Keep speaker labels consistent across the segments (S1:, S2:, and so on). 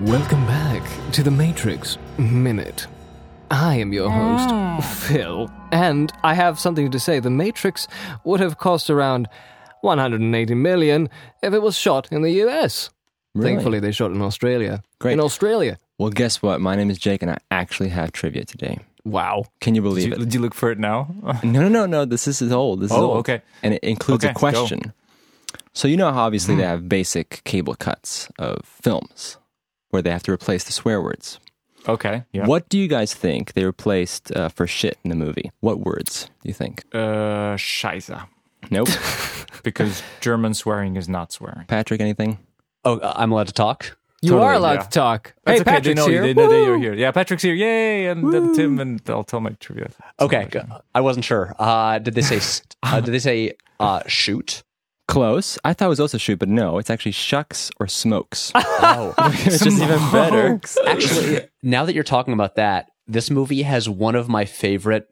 S1: Welcome back to the Matrix Minute. I am your host,
S2: Mm.
S1: Phil, and I have something to say. The Matrix would have cost around 180 million if it was shot in the US.
S3: Really?
S1: Thankfully, they shot in Australia.
S3: Great.
S1: In Australia.
S3: Well, guess what? My name is Jake, and I actually have trivia today.
S1: Wow.
S3: Can you believe
S4: Did you,
S3: it?
S4: did you look for it now?
S3: No, no, no, no. This is old. This is
S4: Oh,
S3: old.
S4: okay.
S3: And it includes
S4: Okay,
S3: a
S4: go. Hmm.
S3: question. So you know how obviously they have basic cable cuts of films where they have to replace the swear words.
S4: okay. Yeah.
S3: What do you guys think they replaced uh, for shit in the movie? What words do you think?
S4: Uh, Scheiße.
S3: Nope.
S4: Because German swearing is not swearing.
S3: Patrick, anything?
S5: Oh, I'm allowed to talk.
S1: You
S4: Totally,
S1: are allowed
S4: yeah.
S1: to talk.
S4: That's
S1: hey,
S4: okay.
S1: Patrick's
S4: they know,
S1: here.
S4: They know that
S1: Woo!
S4: you're here. Yeah, Patrick's here. Yay! And then Tim and I'll tell my trivia.
S5: Okay, g- I wasn't sure. Uh, did they say? st- Uh, did they say uh, shoot?
S3: Close. I thought it was also shoot, but no, it's actually shucks or smokes.
S5: Oh,
S3: it's just even better.
S5: actually, now that you're talking about that, this movie has one of my favorite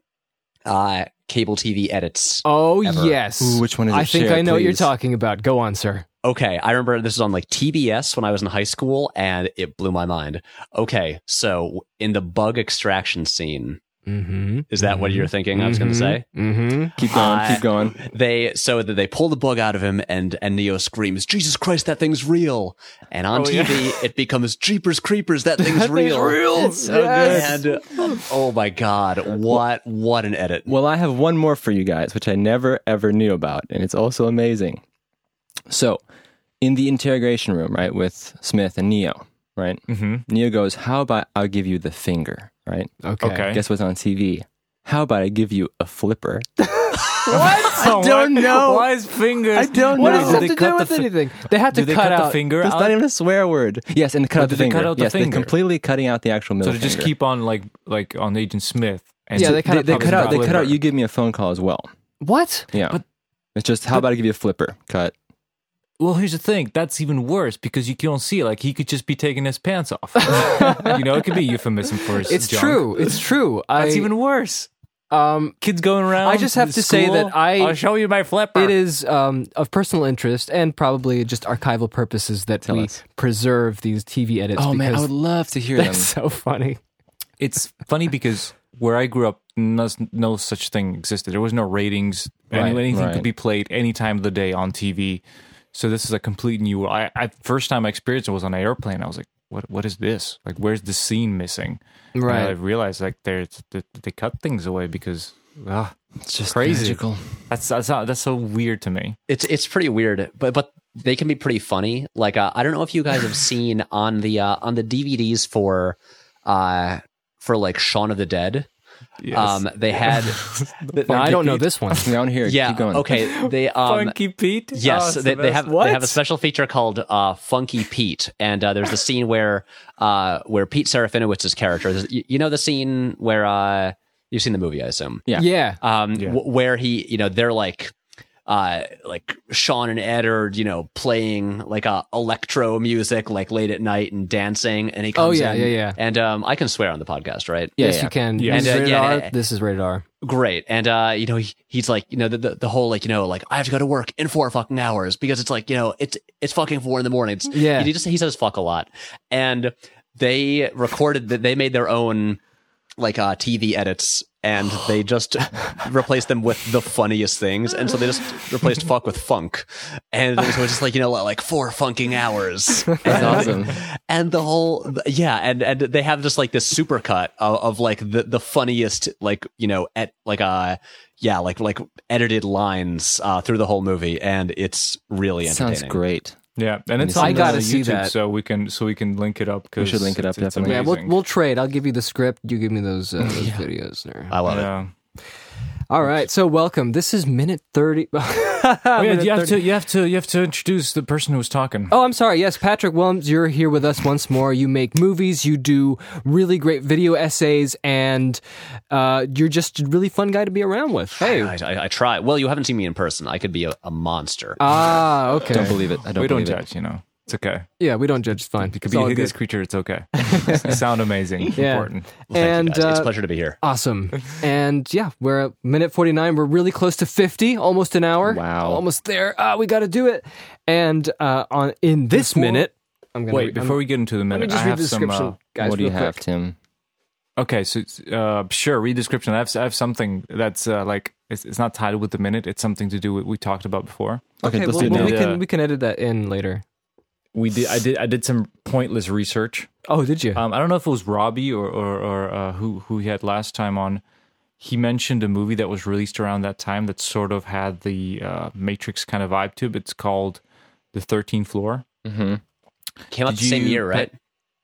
S5: uh, cable TV edits.
S1: Oh,
S5: Ever.
S1: yes.
S3: Ooh, which one is
S1: I
S3: it?
S1: think
S3: Share,
S1: I know what you're
S3: please.
S1: talking about. Go on, sir.
S5: Okay, I remember this was on like TBS when I was in high school, and it blew my mind. Okay, so in the bug extraction scene,
S1: Mm-hmm.
S5: is that what you're thinking? I was going to say.
S1: Mm-hmm.
S3: Keep going.
S5: I-
S3: keep going.
S5: They so that they pull the bug out of him, and and Neo screams, "Jesus Christ, that thing's real!" And on
S4: Oh, yeah.
S5: TV, it becomes "Jeepers Creepers, that thing's real."
S4: so
S5: And uh, oh my god, what what an edit!
S3: Well, I have one more for you guys, which I never ever knew about, and it's also amazing. So, in the interrogation room, right, with Smith and Neo, right?
S4: hmm
S3: Neo goes, "How about I'll give you the finger?" Mm-hmm. Right?
S1: Okay.
S4: Okay.
S3: Guess what's on TV? How about I give you a flipper?
S4: I
S3: don't know.
S4: Why is fingers?
S3: I don't
S1: What
S3: No.
S1: does
S3: Did
S1: that
S4: they
S1: have to
S4: cut
S1: do
S4: the
S1: with
S4: fi-
S1: anything? They had to
S4: Did they
S1: cut,
S4: cut
S1: out.
S4: the finger
S3: It's
S4: out?
S3: not even a swear word. Yes, and cut
S4: Oh,
S3: out the
S4: did they cut
S3: finger.
S4: out the
S3: yes,
S4: finger?
S3: they're completely cutting out the actual middle.
S4: so they just
S3: finger.
S4: keep on like like on Agent Smith. And
S1: Yeah, they cut
S3: They,
S1: out
S3: they
S1: the
S3: cut out. They cut out.
S4: flipper.
S3: You give me a phone call as well.
S1: What?
S3: Yeah.
S4: But-
S3: it's just how about I give you a flipper? Cut.
S4: Well, here's the thing. That's even worse because you can't see. Like he could just be taking his pants off. you know, it could be euphemism for his.
S1: It's
S4: junk.
S1: true. It's true. I,
S4: That's even worse.
S1: um,
S4: Kids going around.
S1: I just have
S4: in
S1: to say
S4: school,
S1: that I-
S4: I'll show you my flipper.
S1: it is um, of personal interest and probably just archival purposes that
S3: Tell
S1: we
S3: us.
S1: preserve these TV edits.
S3: Oh man, I
S1: because
S3: would love to hear them.
S1: that's so funny.
S4: it's funny because where I grew up, no, no such thing existed. There was no ratings. Any-
S3: Right,
S4: anything
S3: right.
S4: could be played any time of the day on TV. So this is a complete new. world. I, I first time I experienced it was on an airplane. I was like, what What is this? Like, where's the scene missing? And
S1: Right.
S4: I realized like there's they, they cut things away because ah,
S3: It's just
S4: Crazy.
S3: magical.
S4: that's that's not, that's so weird to me.
S5: It's it's pretty weird, but but they can be pretty funny. Like uh, I don't know if you guys have seen on the uh, on the DVDs for uh for like Shaun of the Dead.
S4: Yes.
S5: Um, they had
S1: Now, I don't know this one.
S3: I don't hear it.
S5: yeah
S3: Keep going.
S5: okay they um
S4: Funky Pete. Oh, it's
S5: Yes,
S4: the
S5: they, they
S4: best.
S5: have they have a special feature called uh, Funky Pete, and uh, there's the scene where uh, where Pete Serafinowicz's character, you, you know the scene where uh, you've seen the movie, I assume,
S3: Yeah.
S1: Yeah.
S5: um,
S4: Yeah.
S5: wh- where he, you know, they're like. Uh, like Sean and Ed are, you know, playing like uh, electro music, like late at night and dancing, and he comes
S1: Oh, yeah,
S5: in,
S1: yeah, yeah.
S5: and um, I can swear on the podcast, right?
S1: yes,
S3: yeah.
S1: you can.
S4: Yeah.
S1: This is
S5: And, uh,
S1: rated
S5: yeah,
S1: R.
S5: yeah.
S1: This is rated R.
S5: great and uh you know he, he's like you know the, the the whole like you know like i have to go to work in four fucking hours because it's like you know it's it's fucking four in the morning it's,
S1: Yeah.
S5: he just he says fuck a lot and they recorded that they made their own like uh tv edits and they just replaced them with the funniest things and so they just replaced fuck with funk and so it's just like you know like four funking hours uh,
S3: That's awesome.
S5: and the whole yeah and and they have just like this supercut of, of like the the funniest like you know at like uh yeah like like edited lines uh through the whole movie and it's really entertaining
S3: Sounds great.
S4: Yeah, and it's
S3: I
S4: on
S1: gotta
S4: uh,
S1: see
S4: YouTube,
S1: that.
S4: so we can so we can link it up. 'cause
S3: should link it up,
S4: it's- it's
S3: definitely.
S1: Yeah, we'll,
S4: amazing.
S1: we'll trade. I'll give you the script. You give me those, uh, those videos there.
S5: i love it
S4: yeah.
S1: All right. So, welcome. This is minute 30.
S4: Oh, yeah,
S1: Minute
S4: you have
S1: 30.
S4: to you have to you have to introduce the person who's talking.
S1: Oh, I'm sorry. Yes, Patrick Wilms, you're here with us once more. You make movies, you do really great video essays, and uh, you're just a really fun guy to be around with. Hey.
S5: I, I, I try well you haven't seen me in person i could be a, a monster
S1: Ah, okay.
S3: Don't believe it. I don't
S4: we don't
S3: believe it.
S4: judge, you know. It's okay.
S1: yeah, we don't judge. It's fine.
S4: You could
S1: It's
S4: be a
S1: all
S4: hideous
S1: good.
S4: creature. It's okay. you sound amazing.
S1: Yeah.
S4: Important.
S5: Well, thank
S1: and
S5: you guys. it's a
S1: uh,
S5: pleasure to be here
S1: awesome. And yeah, we're at minute 49. We're really close to 50, almost an hour.
S3: Wow.
S1: Almost there. Ah, we got to do it. And uh, on in this minute, I'm gonna
S4: Wait, before we get into the
S1: let me
S4: minute,
S1: just
S4: I
S1: read
S4: have
S1: the
S4: some.
S1: description,
S4: Uh,
S1: guys.
S3: what do you
S1: real
S3: have,
S1: quick.
S3: Tim?
S4: okay, so it's, uh, sure, read description. I have, I have something that's uh, like it's, it's not titled with the minute. It's something to do with we talked about before.
S3: Okay,
S1: Okay,
S3: let's
S1: well,
S3: do it
S1: well,
S3: now.
S1: we
S4: Yeah.
S1: can we can edit that in later.
S4: We did. I did. I did some pointless research.
S1: Oh, did you?
S4: Um, I don't know if it was Robbie or or, or uh, who who he had last time on. He mentioned a movie that was released around that time that sort of had the uh, Matrix kind of vibe to it. It's called The Thirteenth Floor.
S5: Came out
S4: Did
S5: the same
S4: you-
S5: year, right?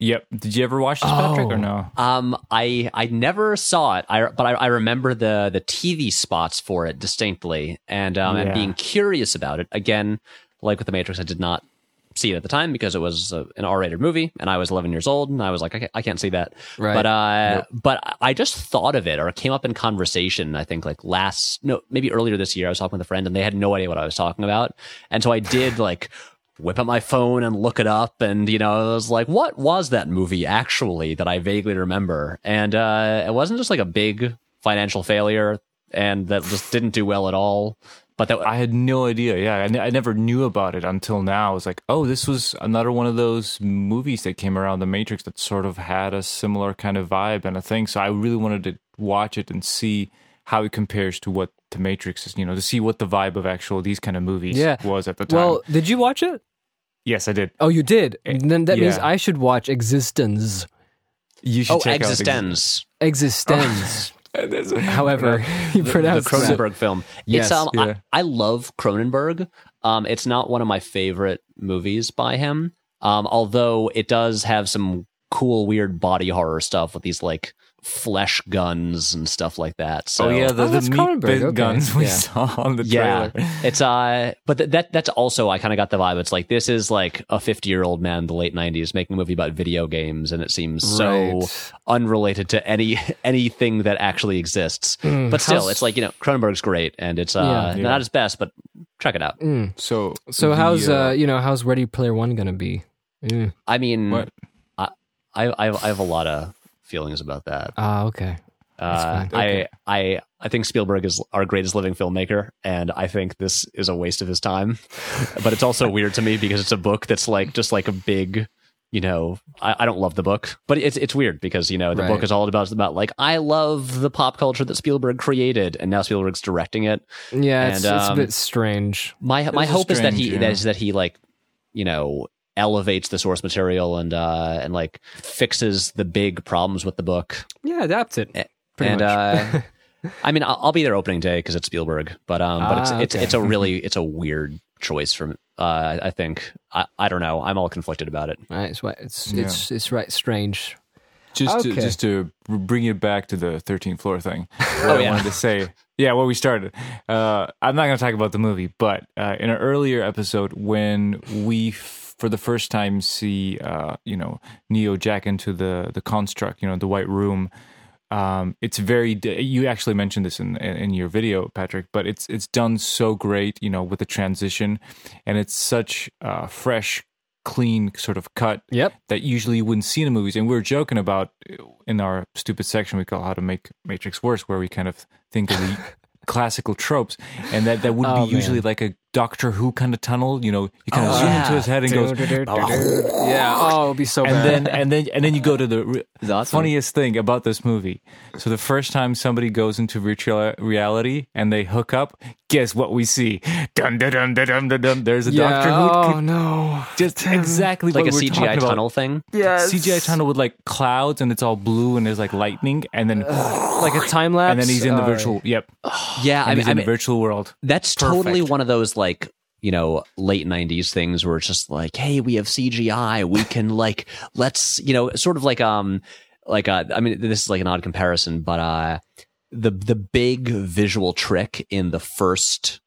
S4: Yep. Did you ever watch this, Patrick, or no?
S5: Um, I I never saw it, I but I, I remember the the TV spots for it distinctly, and um, and
S4: Yeah.
S5: being curious about it again. Like with the Matrix, I did not see it at the time because it was uh an R-rated movie, and I was 11 years old, and I was like, I can't, I can't see that.
S1: Right.
S5: But uh, but I just thought of it, or it came up in conversation. I think like last, no, maybe earlier this year, I was talking with a friend, and they had no idea what I was talking about, and so I did like. Whip out my phone and look it up, and you know, I was like, "What was that movie actually?" That I vaguely remember, and uh, it wasn't just like a big financial failure, and that just didn't do well at all. But that
S4: I had no idea. Yeah, I, ne- I never knew about it until now. I was like, oh, this was another one of those movies that came around The Matrix that sort of had a similar kind of vibe and a thing. So I really wanted to watch it and see how it compares to what The Matrix is. You know, to see what the vibe of actual these kind of movies
S1: Yeah.
S4: was at the time.
S1: well, did you watch it?
S4: yes, I did.
S1: Oh, you did. Then that means
S4: yeah.
S1: I should watch Existence.
S4: You should
S5: oh,
S4: check out
S5: Existence,
S1: Existence. However, you
S5: the
S1: pronounce that.
S5: Cronenberg film.
S1: Yes,
S5: it's um,
S4: yeah.
S5: I, I love Cronenberg. Um, it's not one of my favorite movies by him. Um, although it does have some cool, weird body horror stuff with these like flesh guns and stuff like that. So
S4: Oh yeah, the,
S1: Oh,
S4: the
S1: that's
S4: meat
S1: Cronenberg,
S4: bit
S1: okay.
S4: guns we
S1: Yeah.
S4: saw on the
S5: yeah
S4: trailer.
S5: it's uh but th- that that's also i kind of got the vibe it's like this is like a 50 year old man in the late 90s making a movie about video games and it seems so
S1: Right.
S5: unrelated to any anything that actually exists
S1: Mm.
S5: but still
S4: how's-
S5: it's like you know cronenberg's great and it's uh
S1: Mm-hmm. Yeah.
S4: Yeah.
S5: not his best but check it out
S1: Mm.
S4: So
S1: So
S4: the,
S1: how's uh, you know how's Ready Player One gonna be? Mm.
S5: i mean
S4: What?
S5: I, I i have- I have a lot of feelings about that
S1: Ah, okay.
S5: uh,
S1: fine.
S5: i i i think spielberg is our greatest living filmmaker and i think this is a waste of his time but it's also weird to me because it's a book that's like just like a big you know i, I don't love the book but it's it's weird because you know the book
S1: Right.
S5: is all about about like i love the pop culture that spielberg created and now spielberg's directing it
S1: Yeah, it's,
S5: And,
S1: it's a
S5: um,
S1: bit strange.
S5: my my
S4: is
S5: hope is that
S4: strange,
S5: he
S4: yeah.
S5: that is that he like you know elevates the source material and uh and like fixes the big problems with the book
S1: Yeah, adapt it. Pretty
S5: and
S1: much.
S5: uh I mean, I'll, I'll be there opening day because it's Spielberg, but um, but it's
S1: Ah,
S5: it's
S1: okay.
S5: it's a really it's a weird choice from uh, I think I, I don't know I'm all conflicted about it.
S1: Right, Ah, it's right- it's
S4: Yeah.
S1: it's it's right strange.
S4: just to,
S1: Okay. Oh,
S4: just to bring it back to the 13th floor thing what i
S5: yeah.
S4: wanted to say yeah where we started uh, i'm not going to talk about the movie but uh, in an earlier episode when we f- for the first time see uh, you know neo jack into the the construct you know the white room um, it's very d- you actually mentioned this in, in in your video patrick but it's it's done so great you know with the transition and it's such uh, fresh clean sort of cut
S1: Yep.
S4: that usually you wouldn't see in the movies. And we were joking about uh, in our stupid section we call How to Make Matrix Worse, where we kind of think of the classical tropes. And that, that would
S1: Oh,
S4: be usually like a Doctor Who kind of tunnel. You know, you kind of zoom into his head and goes,
S1: yeah. Oh, it'll be so
S4: and
S1: bad.
S4: then and then and then you go to the re-
S3: awesome.
S4: funniest thing about this movie. So the first time somebody goes into virtual uh, reality and they hook up, guess what we see? Dun dun dun dun dun dun. dun. There's a
S1: yeah.
S4: Doctor Who.
S1: Oh no.
S4: Just exactly
S5: Like
S4: what
S5: a
S4: we're talking
S5: CGI
S4: about.
S5: tunnel thing.
S4: CGI tunnel with like clouds and it's all blue and there's like lightning and then
S1: Like a time lapse. Oh.
S4: and then he's in the
S1: All
S4: virtual. Yep,
S5: Yeah,
S4: and
S5: I mean,
S4: he's
S5: I
S4: in
S5: mean
S4: the virtual world.
S5: that's totally
S4: perfect.
S5: one of those like you know late '90s things where it's just like, hey, we have CGI, we can like let's you know sort of like um like uh, I mean this is like an odd comparison, but uh the the big visual trick in the first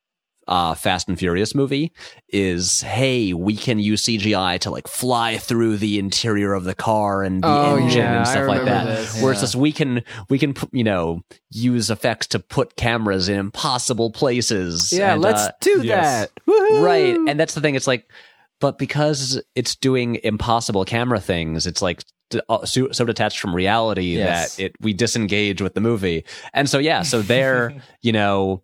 S5: uh, Fast and Furious movie is hey, we can use CGI to like fly through the interior of the car and the
S1: Oh,
S5: engine
S1: yeah, I
S5: and stuff like
S1: remember
S5: that.
S1: this,
S5: Whereas
S1: yeah.
S5: this, we can we can pu- you know use effects to put cameras in impossible places.
S1: Yeah.
S5: and,
S1: let's
S5: uh,
S1: do
S4: yes.
S1: that. Woohoo!
S5: right, and that's the thing. It's like, but because it's doing impossible camera things, it's like. d- uh, So, so detached from reality
S3: Yes.
S5: that it we disengage with the movie, and so yeah, so there, you know,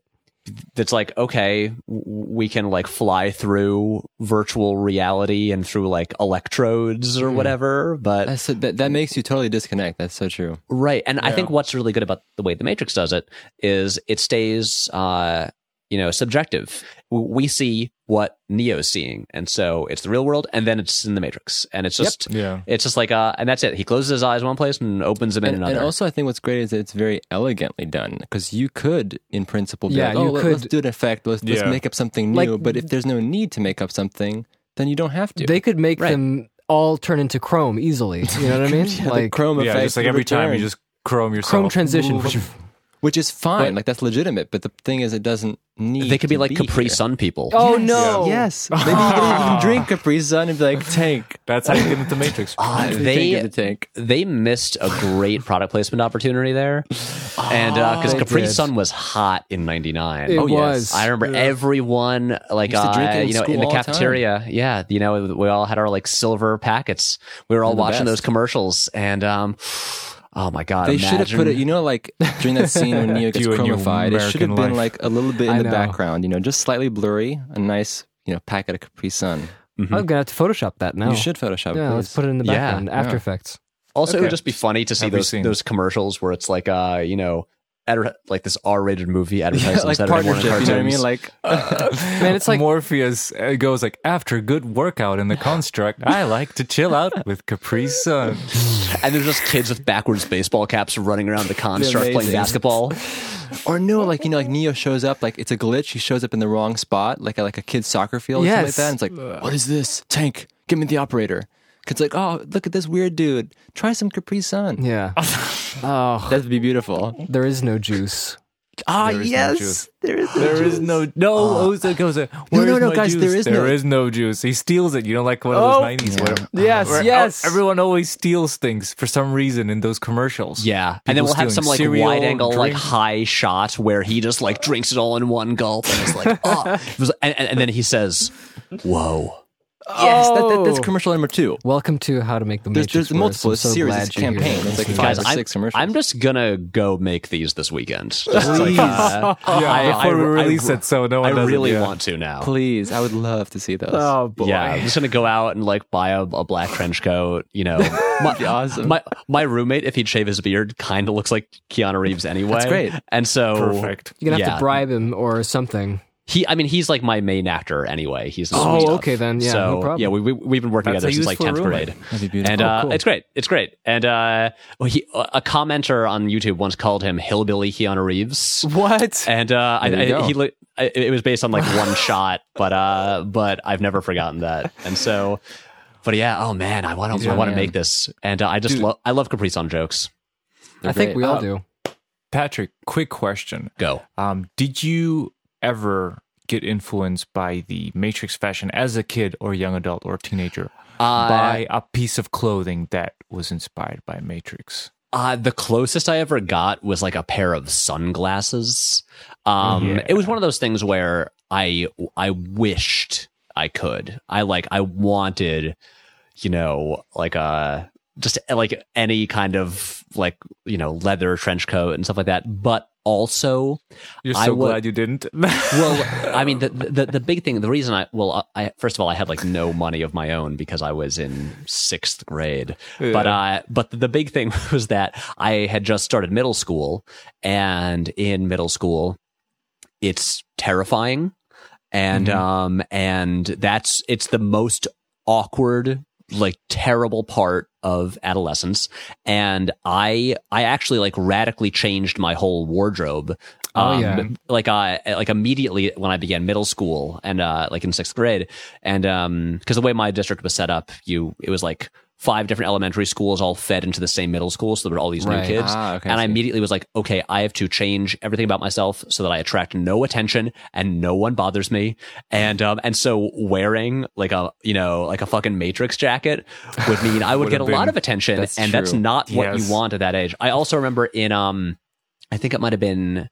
S5: that's like okay w- we can like fly through virtual reality and through like electrodes
S1: Hmm.
S5: or whatever but
S3: That's so, that, that makes you totally disconnect. That's so true.
S5: Right. And I
S4: Yeah.
S5: think what's really good about the way the Matrix does it is it stays, uh, you know, subjective. W- We see what Neo's seeing. And so it's the real world and then it's in the Matrix. And it's just,
S4: Yeah.
S5: it's just like, uh, and that's it. He closes his eyes one place and opens them in
S3: And, and
S5: another.
S3: also, I think what's great is that it's very elegantly done because you could, in principle, be
S1: Yeah,
S3: like, oh,
S1: you
S3: let-
S1: could-
S3: let's do an effect, let's, let's
S4: Yeah.
S3: make up something
S1: Like-
S3: new. but if there's no need to make up something, then you don't have to.
S1: They could make
S5: Right.
S1: them all turn into Chrome easily. You know what I mean?
S3: Yeah, the
S1: like
S3: Chrome
S4: Yeah,
S3: effect,
S4: just like every time you just chrome yourself.
S1: Chrome transition.
S4: Ooh,
S3: which is fine,
S4: But-
S3: like that's legitimate. But the thing is, it doesn't need.
S5: they could be
S3: to
S5: like Capri
S3: here.
S5: Sun people.
S1: oh no!
S3: Yes, maybe you can even drink Capri Sun and be like tank.
S4: That's how you get into Matrix.
S5: Uh,
S3: Tank of
S5: they
S3: the tank.
S5: they missed a great product placement opportunity there, and because
S1: they
S5: Capri
S1: did.
S5: Sun was hot in '99.
S1: It
S3: Oh, yes.
S1: was.
S5: I remember everyone like
S3: Used to drink
S5: uh,
S3: it in
S5: you know in
S3: school
S5: the
S3: all the time.
S5: cafeteria. Yeah, you know we all had our like silver packets. We were all
S3: the
S5: watching
S3: best.
S5: those commercials, and um, oh my god,
S3: They should have put it,
S5: imagine-
S3: you know, like during that scene when Neo gets
S4: You and your
S3: chromified, it should have
S4: American
S3: been
S4: life.
S3: like a little bit in
S1: I
S3: the
S1: know.
S3: background, you know, just slightly blurry, a nice, you know, packet of Capri Sun.
S1: I'm gonna have to Photoshop that now.
S3: You should Photoshop
S1: Yeah,
S3: it.
S1: let's
S3: please.
S1: put it in the
S5: Yeah,
S1: background. After
S3: yeah.
S1: Effects.
S5: Also, it would
S4: Okay.
S5: just be funny to see
S4: Have we
S5: those
S4: seen-
S5: those commercials where it's like uh, you know, adver- like this R-rated movie advertising
S3: like
S5: Saturday morning
S3: partnership, you know what I mean?
S5: cartoons.
S3: Like,
S1: Man, it's like
S4: Morpheus uh, goes like, after good workout in the construct, I like to chill out with Capri Sun.
S5: and there's just kids with backwards baseball caps running around the construct playing
S3: amazing.
S5: basketball.
S3: or no, like you know, like Neo shows up, like it's a glitch. He shows up in the wrong spot, like at like a kid's soccer field, or
S1: Yes.
S3: something like that. And it's like, what is this tank? Give me the operator. It's like, oh, look at this weird dude. Try some Capri Sun.
S1: yeah. oh,
S3: That'd be beautiful.
S1: there is no juice.
S3: Ah,
S4: There is no
S3: yes,
S4: juice.
S3: there is.
S4: There is no Oh, no. Oza goes. Ah. uh, No,
S3: no, no, guys, there is no-
S4: no juice. He steals it. You know, like one of those
S1: Oh.
S4: nineties.
S1: Yes, yes.
S4: Everyone always steals things for some reason in those commercials.
S5: Yeah, and then
S4: People
S5: we'll have
S4: stealing
S5: some like
S4: cereal,
S5: wide angle, like
S4: drink.
S5: high shot where he just like drinks it all in one gulp, and it's like, oh, It was- and, and, and then he says, "Whoa."
S3: Yes, that, that, that's
S1: Oh.
S3: commercial number two.
S1: Welcome to How to Make the
S3: There's,
S1: Matrix.
S3: there's
S1: Worse.
S3: multiple.
S1: I'm
S3: It's
S1: so
S3: series.
S1: glad
S3: It's
S1: you're here.
S3: campaign. It's like
S1: Guys,
S3: five
S5: Guys,
S3: or
S5: I'm,
S3: six commercials.
S5: I'm just gonna go make these this weekend. Just like,
S4: ah.
S5: uh,
S4: Yeah,
S5: I- I-
S4: before we
S5: I-
S4: release it, so no
S5: I
S4: one doesn't.
S5: really
S4: yeah.
S5: want to now.
S3: Please, I would love to see those.
S1: Oh boy.
S5: Yeah, I'm just gonna go out and like buy a, a black trench coat. You know, my,
S3: awesome.
S5: my my roommate, if he'd shave his beard, kind of looks like Keanu Reeves anyway.
S3: That's great.
S5: And so
S4: perfect.
S1: You're gonna have
S5: Yeah.
S1: to bribe him or something.
S5: He, I mean, he's like my main actor anyway. He's in
S1: Oh,
S5: stuff.
S1: okay then. Yeah,
S5: so
S1: no problem.
S5: yeah, we, we we've been working
S4: That's
S5: together
S4: a
S5: since like tenth
S4: useful
S5: grade,
S4: roommate.
S3: That'd be beautiful.
S5: and uh, it's great. It's great. And uh, well, he, a commenter on YouTube once called him "Hillbilly Keanu Reeves."
S1: What?
S5: And uh, I,
S3: There you
S5: I,
S3: go.
S5: he li- I, it was based on like one shot, but uh, but I've never forgotten that. And so, but yeah, oh man, I want to I want to
S3: man.
S5: make this, and uh, I just love I love Capri Sun jokes.
S1: I think we
S3: Uh,
S1: all do.
S4: Patrick, quick question.
S5: Go.
S4: Um, did you ever get influenced by the Matrix fashion as a kid or young adult or teenager
S5: Uh,
S4: by a piece of clothing that was inspired by Matrix?
S5: Uh, the closest I ever got was like a pair of sunglasses. Um,
S4: Yeah.
S5: It was one of those things where I I wished I could. I like I wanted, you know, like a just like any kind of like you know leather trench coat and stuff like that. But also,
S4: You're
S5: I
S4: so
S5: would-
S4: glad you didn't.
S5: well, I mean, the, the the big thing, the reason I well, I first of all, I had like no money of my own because I was in sixth grade. But uh, but the big thing was that I had just started middle school, and in middle school, it's terrifying, and um, and that's it's the most awkward like terrible part of adolescence and i i actually like radically changed my whole wardrobe Um,
S1: Oh, yeah.
S5: like uh like immediately when I began middle school and uh like in sixth grade and um because the way my district was set up you it was like five different elementary schools all fed into the same middle school so there were all these
S1: Right.
S5: new kids
S3: Ah, okay,
S5: and
S3: I
S5: I
S3: see.
S5: immediately was like okay I have to change everything about myself so that I attract no attention and no one bothers me and um and so wearing like a you know like a fucking matrix jacket would mean I would
S4: Would
S5: get a
S4: have
S5: lot
S4: been-
S5: of attention
S3: That's
S5: and that's
S3: true.
S5: not what
S4: Yes.
S5: you want at that age I also remember in um I think it might have been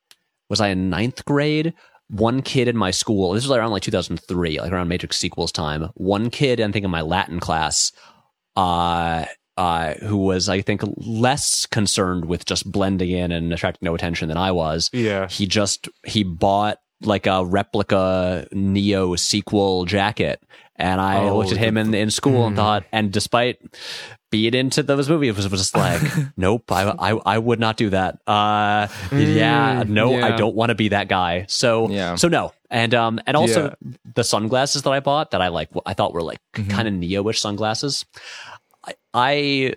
S5: was I in ninth grade? One kid in my school, this was around like 2003, like around Matrix sequels time. One kid, I think in my Latin class, uh, uh, who was, I think, less concerned with just blending in and attracting no attention than I was.
S4: yeah.
S5: He just, he bought like a replica Neo sequel jacket. And I
S4: Oh,
S5: looked at him in, in school and thought, and despite being into those movies, it was was just like, nope, I, I, I would not do that. Uh, yeah, no, I
S1: yeah.
S5: don't want to be that guy. So,
S3: Yeah.
S5: so no. And, um, and also the sunglasses that I bought that I like, I thought were like kind of Neo-ish sunglasses. I, I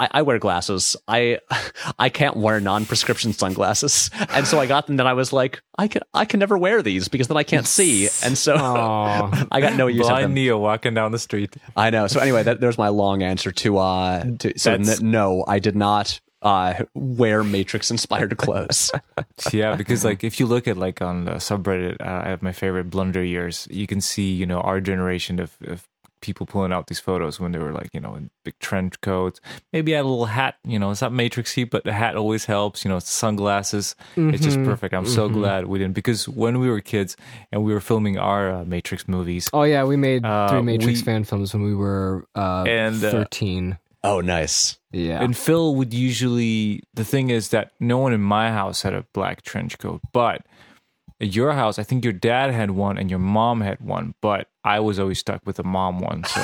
S5: I, I wear glasses. I I can't wear non-prescription sunglasses, and so I got them. Then I was like, I can I can never wear these because then I can't see, and so
S4: Aw.
S5: I got no use of
S4: Blind
S5: them.
S4: Neo walking down the street.
S5: I know. So anyway, that there's my long answer to uh to so
S4: That's-
S5: n- no, I did not uh wear Matrix inspired clothes.
S4: yeah, because like if you look at like on the subreddit, uh, I have my favorite blunder years. You can see you know our generation of, of people pulling out these photos when they were like you know in big trench coats. Maybe had a little hat. You know, it's not matrixy, but the hat always helps. You know, sunglasses. It's just perfect. I'm so glad we didn't because when we were kids and we were filming our uh, Matrix movies,
S1: Oh yeah, we made
S4: Uh,
S1: three Matrix
S4: we-
S1: fan films when we were uh,
S4: And, uh,
S1: thirteen.
S5: oh, nice.
S1: Yeah,
S4: And Phil would usually. The thing is that no one in my house had a black trench coat, but at your house, I think your dad had one and your mom had one, but I was always stuck with the mom one. So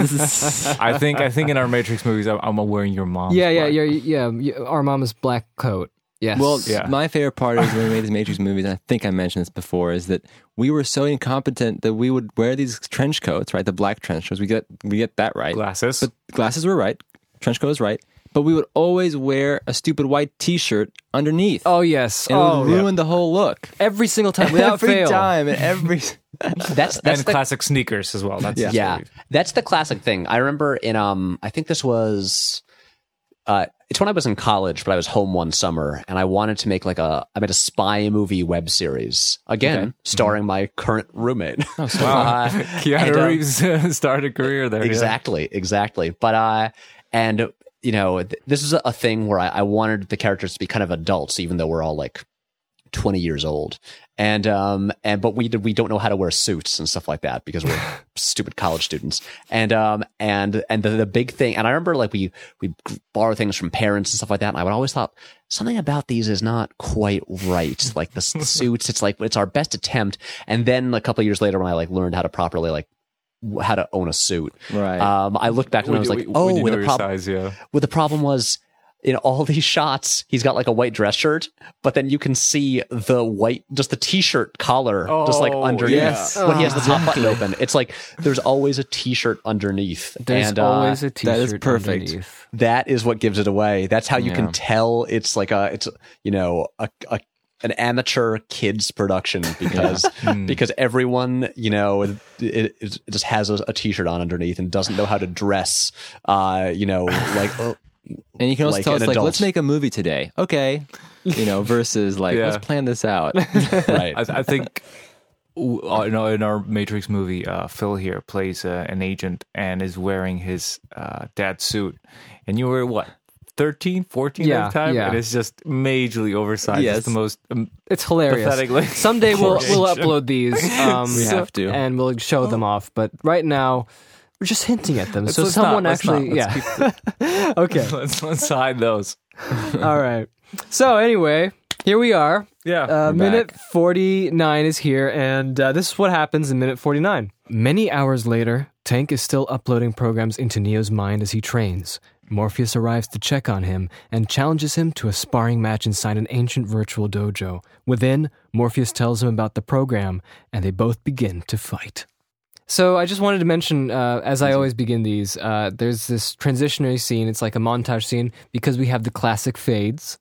S4: I think I think in our Matrix movies, I'm, I'm wearing your mom.
S1: yeah, yeah, yeah, yeah, yeah. Our mama's black coat. Yes.
S3: Well,
S4: Yeah.
S3: my favorite part is when we made these Matrix movies, and I think I mentioned this before, is that we were so incompetent that we would wear these trench coats, right? The black trench coats. We get we get that right.
S4: Glasses.
S3: But glasses were right. Trench coat was right. But we would always wear a stupid white T-shirt underneath.
S1: oh yes.
S3: and it
S1: oh,
S3: would ruin the whole look.
S1: every single time without
S3: every
S1: fail.
S3: time and every
S5: That's that's
S4: and
S5: the
S4: classic sneakers as well. That's
S5: yeah
S4: that's what
S5: that's the classic thing i remember in um i think this was uh it's when i was in college but i was home one summer and i wanted to make like a i made a spy movie web series again starring my current roommate
S4: we- Wow.
S5: Uh,
S4: Keanu
S5: and, um,
S4: Reeves started a career there. yeah.
S5: exactly exactly but uh and you know th- this is a- a thing where I, I wanted the characters to be kind of adults even though we're all like 20 years old and um and but we we don't know how to wear suits and stuff like that because we're stupid college students and um and and the, the big thing and i remember like we we borrow things from parents and stuff like that and i would always thought something about these is not quite right like the s- suits it's like it's our best attempt and then a couple of years later when i like learned how to properly like w- how to own a suit
S3: right.
S5: um, I looked back and I was
S4: We-
S5: like,
S4: we- we
S5: oh,
S4: didn't
S5: well,
S4: know
S5: the,
S4: your
S5: prob-
S4: size, yeah.
S5: well, the problem was in all these shots, he's got like a white dress shirt, but then you can see the white, just the t shirt collar, just like
S4: Oh,
S5: underneath
S3: yes.
S5: when he has the top button open. It's like there's always a t shirt underneath.
S1: There's
S5: and
S1: always
S5: uh,
S1: a t-shirt
S3: that is perfect.
S1: underneath.
S5: that is what gives it away. That's how you
S3: Yeah.
S5: can tell it's like a, it's, you know, a, a an amateur kids production because because everyone you know it, it, it just has a, a t-shirt on underneath and doesn't know how to dress uh you know like oh,
S3: and you can also
S5: like
S3: tell
S5: an
S3: us like,
S5: adult.
S3: let's make a movie today, okay? You know, versus like,
S4: Yeah.
S3: let's plan this out.
S5: right
S4: I, I think w- uh, in our, in our Matrix movie, uh, Phil here plays uh, an agent and is wearing his uh, dad's suit. And you were what? 13, 14 at
S1: Yeah,
S4: the time?
S1: yeah.
S4: And it's just majorly oversized.
S3: Yes.
S4: It's the most. Um,
S1: It's hilarious.
S4: Pathetic, like-
S1: Someday we'll
S4: Poor
S1: we'll
S4: Asian.
S1: upload these. Um,
S3: We have to.
S1: and we'll show them off. But right now, we're just hinting at them. so
S4: let's
S1: someone
S4: not, let's not,
S1: actually,
S4: let's
S1: yeah. okay,
S4: let's, let's hide those.
S1: all right. So anyway, here we are.
S4: Yeah.
S1: Uh,
S3: We're
S1: minute 49 is here, and uh, this is what happens in minute 49. Many hours later, Tank is still uploading programs into Neo's mind as he trains. Morpheus arrives to check on him and challenges him to a sparring match inside an ancient virtual dojo. Within, Morpheus tells him about the program, and they both begin to fight. So I just wanted to mention, uh, as I always begin these, uh, there's this transitionary scene. It's like a montage scene because we have the classic fades,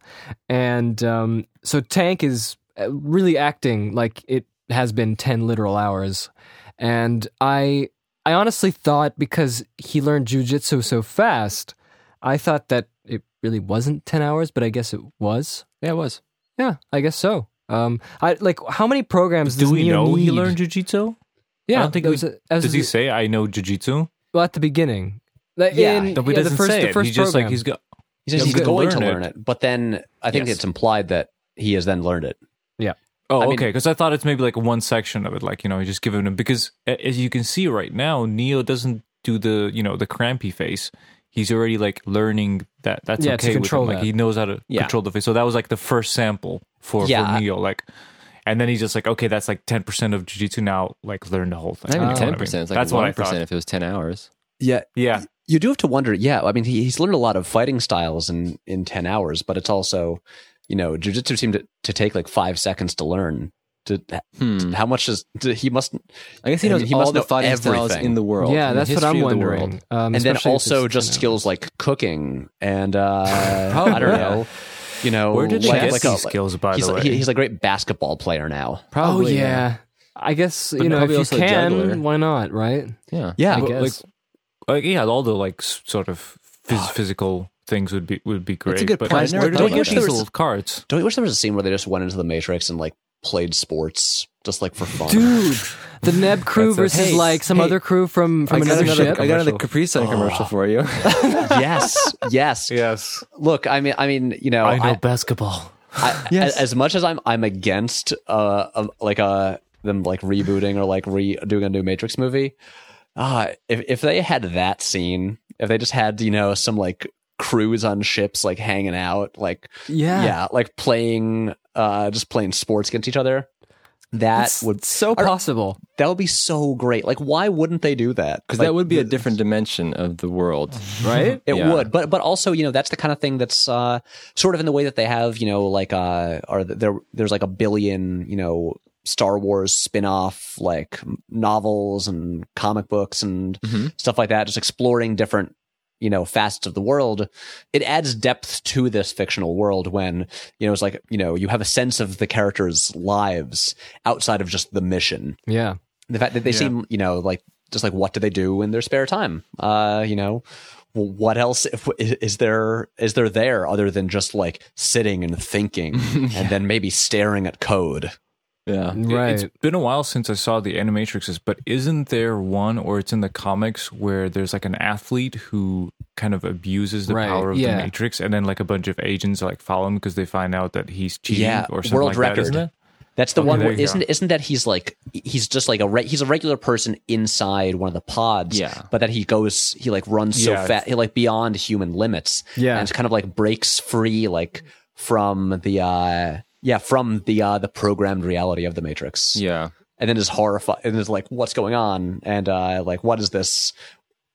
S1: and um, so Tank is uh, really acting like it has been ten literal hours, and I I honestly thought because he learned jujitsu so fast, I thought that it really wasn't ten hours, but I guess it was.
S3: yeah, it was.
S1: Yeah, I guess so. Um, I like how many programs
S4: Do
S1: does
S4: we
S1: Neo
S4: know he
S1: need?
S4: learned jujitsu?
S1: Yeah,
S4: I don't think
S1: that
S4: we-
S1: was a- that was
S4: Does he
S1: a-
S4: say, I know jujitsu?
S1: well, at the beginning. Like,
S5: Yeah.
S1: in-
S4: No, he
S1: yeah, the
S4: doesn't
S1: first,
S4: say
S1: the
S4: it.
S1: first
S4: he's just
S1: program.
S4: like, he's got.
S5: he says
S4: Yeah,
S5: he's
S4: he's
S5: going to
S4: gonna
S5: learn it. but then i think
S3: Yes.
S5: it's implied that he has then learned it
S4: Oh,
S5: I mean-
S4: okay. Because I thought it's maybe like one section of it, like you know, you just giving him because a- as you can see right now, Neo doesn't do the you know the crampy face. He's already like learning that that's
S1: Yeah, to
S4: okay with him.
S1: control
S4: Like
S1: that.
S4: he knows how to
S3: Yeah.
S4: control the face. So that was like the first sample for
S5: Yeah.
S4: for Neo. Like, and then he's just like, okay, that's like ten percent of jujitsu now. Like learn the whole thing.
S3: Not
S1: Oh.
S3: even
S4: That's what I
S3: ten
S4: mean.
S3: percent. It's like
S4: that's what I
S3: one
S4: thought.
S3: percent if it was ten hours.
S5: Yeah,
S4: Yeah,
S5: you do have to wonder. Yeah, I mean, he, he's learned a lot of fighting styles in in ten hours, but it's also, you know, jujitsu seemed to, to take like five seconds to learn. To,
S4: Mm.
S3: Hmm.
S5: How much is to, he must?
S3: I guess he
S5: I mean,
S3: knows
S5: he
S3: all
S5: must
S3: the
S5: know
S3: fighting styles
S5: everything.
S3: in the world.
S1: yeah,
S3: and the
S1: that's what
S3: history
S1: I'm
S3: of the world.
S1: wondering. Um,
S5: and then
S1: especially if
S5: also
S1: it's
S5: just
S1: 10 hours.
S5: skills like cooking and uh, I don't
S3: Probably.
S5: know, you know,
S4: where did
S5: like,
S4: he get
S5: like a-
S4: these skills? By
S5: he's,
S4: the way,
S5: he- he's a great basketball player now.
S1: Oh
S3: Probably.
S1: yeah. I guess
S3: But
S1: you know if
S3: probably
S1: you
S3: also a
S1: can,
S3: juggler.
S1: why not? Right?
S3: Yeah.
S5: Yeah,
S1: I
S4: but,
S1: guess.
S4: like yeah, all the like s- sort of phys- physical things would be would be great.
S5: good
S4: but
S5: point.
S3: I never
S4: Where did
S3: thought
S4: they
S3: about
S4: get
S5: that.
S4: these
S5: There's-
S4: little cards?
S5: Don't you wish there was a scene where they just went into the Matrix and like played sports just like for fun?
S1: Dude, the Neb crew
S4: That's a-
S1: versus
S4: Hey,
S1: like some
S3: hey,
S1: other crew from
S3: I
S1: from
S3: got
S1: another,
S3: another,
S1: ship.
S3: I got another
S4: commercial.
S3: Capri Sun commercial for you.
S5: yes, yes.
S4: Yes,
S5: Look, I mean, I mean, you know,
S4: I know
S5: I-
S4: basketball.
S5: I,
S3: Yes.
S5: a- as much as I'm I'm against uh um, like uh them like rebooting or like re doing a new Matrix movie, uh if if they had that scene, if they just had you know some like crews on ships like hanging out, like
S1: yeah,
S5: yeah, like playing uh just playing sports against each other, that
S1: It's
S5: would
S1: so
S5: Are-
S1: possible.
S5: that would be so great. Like, why wouldn't they do that?
S3: Because
S5: Like,
S3: that would be a
S5: the-
S3: different dimension of the world.
S1: Right?
S5: It
S3: Yeah.
S5: would, but but also you know that's the kind of thing that's uh, sort of in the way that they have you know like uh or th- there there's like a billion you know Star Wars spin off like m- novels and comic books and
S3: Mhm.
S5: stuff like that, just exploring different you know facets of the world. It adds depth to this fictional world when you know it's like you know you have a sense of the characters' lives outside of just the mission.
S1: Yeah.
S5: The fact that they
S4: Yeah.
S5: seem, you know, like just like what do they do in their spare time? Uh, you know, w- what else if, is there is there there other than just like sitting and thinking and then maybe staring at code?
S3: Yeah.
S4: It-
S1: Right.
S4: It's been a while since I saw the animatrixes, but isn't there one or it's in the comics where there's like an athlete who kind of abuses the
S1: Right,
S4: power of
S1: yeah.
S4: the matrix and then like a bunch of agents like follow him because they find out that he's cheating
S5: Yeah,
S4: or something
S5: world
S4: like
S5: record.
S4: that, isn't it?
S5: That's the
S4: Okay,
S5: one
S4: there
S5: where
S4: you go.
S5: isn't isn't that he's like he's just like a re- he's a regular person inside one of the pods,
S3: Yeah.
S5: But that he goes he like runs so
S4: Yeah.
S5: fast, he like beyond human limits,
S1: Yeah.
S5: And it's kind of like breaks free like from the uh yeah from the uh the programmed reality of the Matrix,
S3: Yeah.
S5: and then is horrified and is like what's going on and uh like what is this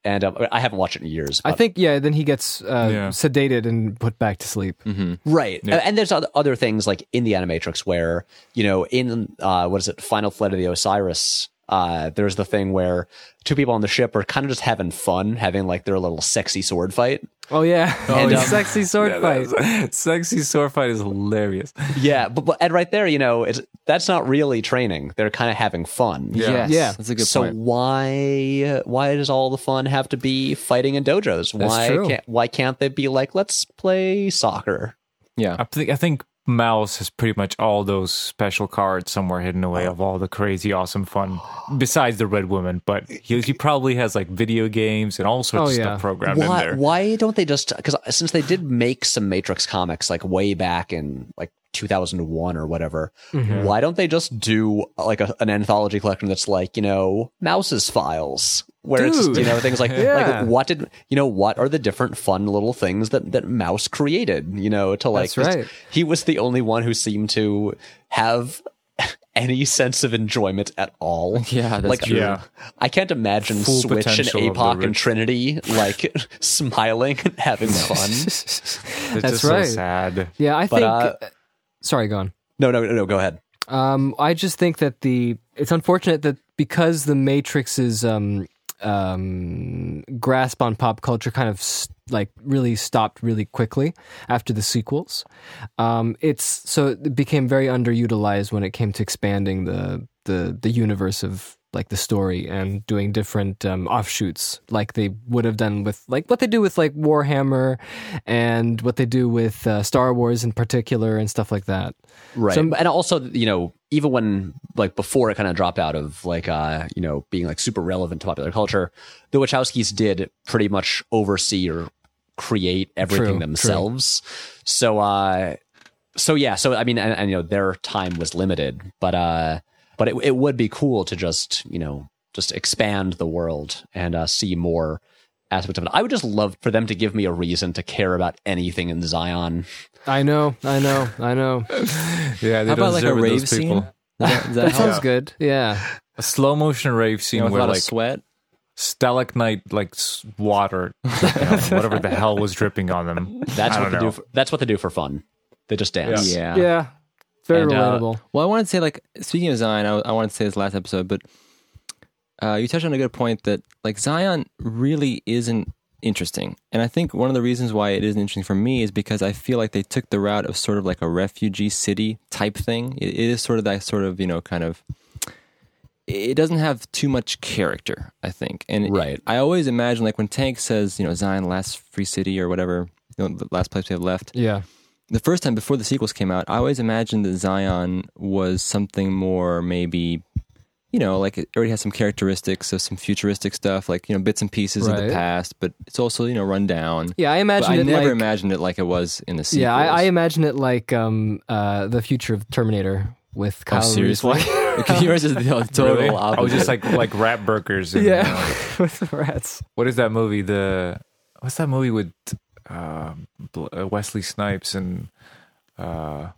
S5: and um, i haven't watched it in years
S1: I
S5: but-
S1: think yeah. Then he gets uh,
S4: Yeah.
S1: sedated and put back to sleep.
S3: hmm
S5: right
S4: Yeah.
S5: and there's other, other things like in the animatrix where you know in uh what is it final flight of the osiris uh there's the thing where two people on the ship are kind of just having fun having like their little sexy sword fight
S1: Oh yeah,
S5: And, um,
S1: sexy sword fight.
S4: Sexy sword fight is hilarious.
S5: yeah but, but and right there you know it's that's not really training they're kind of having fun
S4: Yeah.
S3: Yes.
S1: Yeah.
S3: That's a good
S5: so
S3: point.
S5: why why does all the fun have to be fighting in dojos?
S1: That's
S5: Why
S1: true.
S5: can't why can't they be like let's play soccer?
S3: Yeah.
S4: I think I think Mouse has pretty much all those special cards somewhere hidden away of all the crazy awesome fun besides the Red Woman, but he, he probably has like video games and all sorts
S1: Oh,
S4: of
S1: yeah.
S4: stuff programmed in
S5: Why
S4: there.
S5: why don't they just because since they did make some Matrix comics like way back in like 2001 or whatever,
S1: Mhm.
S5: why don't they just do like a, an anthology collection that's like you know Mouse's Files. Where it's just,
S1: Dude.
S5: you know things like
S1: Yeah.
S5: like what did you know what are the different fun little things that that Mouse created you know to like
S1: That's
S5: just-
S1: right.
S5: he was the only one who seemed to have any sense of enjoyment at all.
S3: Yeah. That's
S5: like
S3: true.
S4: Yeah.
S5: I can't imagine
S4: Full
S5: Switch and
S4: potential of the
S5: Apoc and
S4: rich.
S5: Trinity like smiling and having fun.
S4: It's
S1: That's
S4: just
S1: right.
S4: so sad.
S1: Yeah, I
S5: But,
S1: think.
S5: uh,
S1: sorry, gone.
S5: No, no, no, no. Go ahead.
S1: Um, I just think that the it's unfortunate that because the Matrix's um, um, grasp on pop culture kind of s like really stopped really quickly after the sequels. Um, it's so it became very underutilized when it came to expanding the the the universe of like the story and doing different um, offshoots like they would have done with like what they do with like Warhammer and what they do with uh, Star Wars in particular and stuff like that.
S5: Right.
S1: Some-
S5: and also, you know, even when like before it kind of dropped out of like uh, you know, being like super relevant to popular culture, the Wachowskis did pretty much oversee or create
S1: True,
S5: everything
S1: true.
S5: themselves. So uh so yeah, so I mean and, and you know, their time was limited, but uh but it it would be cool to just, you know, just expand the world and uh see more aspects of it. I would just love for them to give me a reason to care about anything in Zion.
S1: I know, I know, I know.
S4: Yeah, they
S3: How about
S4: don't
S3: like a
S4: deserve it,
S3: rave
S4: those
S3: scene?
S4: people.
S3: that, does that
S1: That
S3: help?
S1: sounds good. Yeah.
S4: A slow motion rave scene
S3: You know, with a
S4: where
S3: lot
S4: like
S3: of sweat.
S4: stalactite like s- water, you know, whatever the hell was dripping on them.
S5: That's
S4: I
S5: what
S4: don't
S5: they
S4: know.
S5: do. For, that's what they do for fun. They just dance.
S3: Yeah.
S1: Yeah. Very
S3: And, uh,
S1: relatable.
S3: well, I wanted to say, like, speaking of Zion, I, I wanted to say this last episode, but uh, you touched on a good point that, like, Zion really isn't interesting. And I think one of the reasons why it isn't interesting for me is because I feel like they took the route of sort of like a refugee city type thing. It, it is sort of that sort of, you know, kind of. It doesn't have too much character, I think. And
S5: Right.
S3: I always imagine, like, when Tank says, you know, Zion, last free city or whatever, you know, the last place we have left
S1: yeah.
S3: the first time before the sequels came out, I always imagined that Zion was something more maybe you know, like it already has some characteristics of some futuristic stuff, like, you know, bits and pieces of
S1: Right.
S3: the past, but it's also, you know, run down.
S1: Yeah, I
S3: But I
S1: imagine it
S3: never
S1: like
S3: imagined it like it was in the sequels.
S1: Yeah, I, I imagine it like um uh the future of Terminator with
S3: Oh,
S1: Kyle Reese
S3: seriously?
S1: walking-
S3: okay, yours is the total
S4: Really?
S3: opposite.
S4: I was just like like rat burgers. And,
S1: Yeah.
S4: uh,
S1: with rats.
S4: what is that movie? The what's that movie with uh, Bl- uh, Wesley Snipes and uh,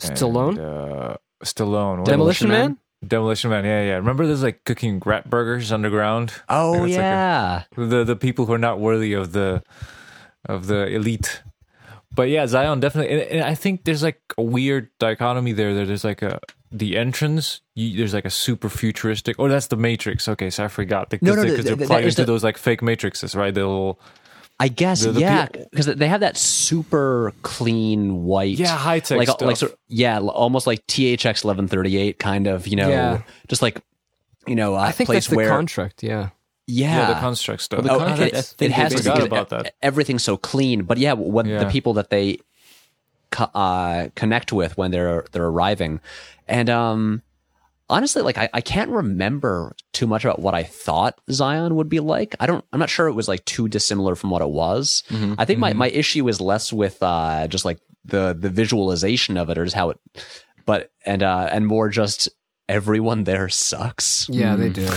S1: Stallone?
S4: And, uh, Stallone.
S1: Demolition,
S4: What-
S3: Demolition
S1: Man?
S3: Man?
S4: Demolition Man. Yeah, yeah. Remember, there's like cooking rat burgers underground.
S5: Oh
S4: It's like a-
S5: yeah.
S4: the the people who are not worthy of the of the elite. But yeah, Zion definitely, and, and I think there's like a weird dichotomy there. That there's like a the entrance. You, there's like a super futuristic. Oh, that's the Matrix. Okay, so I forgot because
S5: no,
S4: they,
S5: th-
S4: are
S5: th- that
S4: plugged
S5: is
S4: into
S5: the-
S4: those like fake matrices, right? They'll
S5: I guess
S4: The- the
S5: yeah,
S4: peo-
S5: because they have that super clean white,
S4: Yeah, high-tech
S5: like
S4: stuff.
S5: like sort- yeah, l- almost like THX eleven thirty eight kind of, you know,
S1: Yeah.
S5: just like you know, a
S1: I think
S5: place
S1: that's the
S5: where
S1: contract, yeah.
S5: yeah,
S4: the construct stuff.
S3: Well, the
S5: Oh,
S3: contract,
S5: it-
S3: I
S5: it,
S3: think
S5: has
S3: they
S5: to
S4: forgot
S5: because
S4: about
S5: e-
S4: that.
S5: everything's so clean, but yeah, what
S4: Yeah.
S5: the people that they co- uh, connect with when they're they're arriving, and um, honestly, like I, I can't remember too much about what I thought Zion would be like. I don't. I'm not sure it was like too dissimilar from what it was.
S4: Mm-hmm.
S5: I think my my issue is less with uh, just like the the visualization of it or just how it, but and uh, and more just everyone there sucks.
S1: Yeah, they do.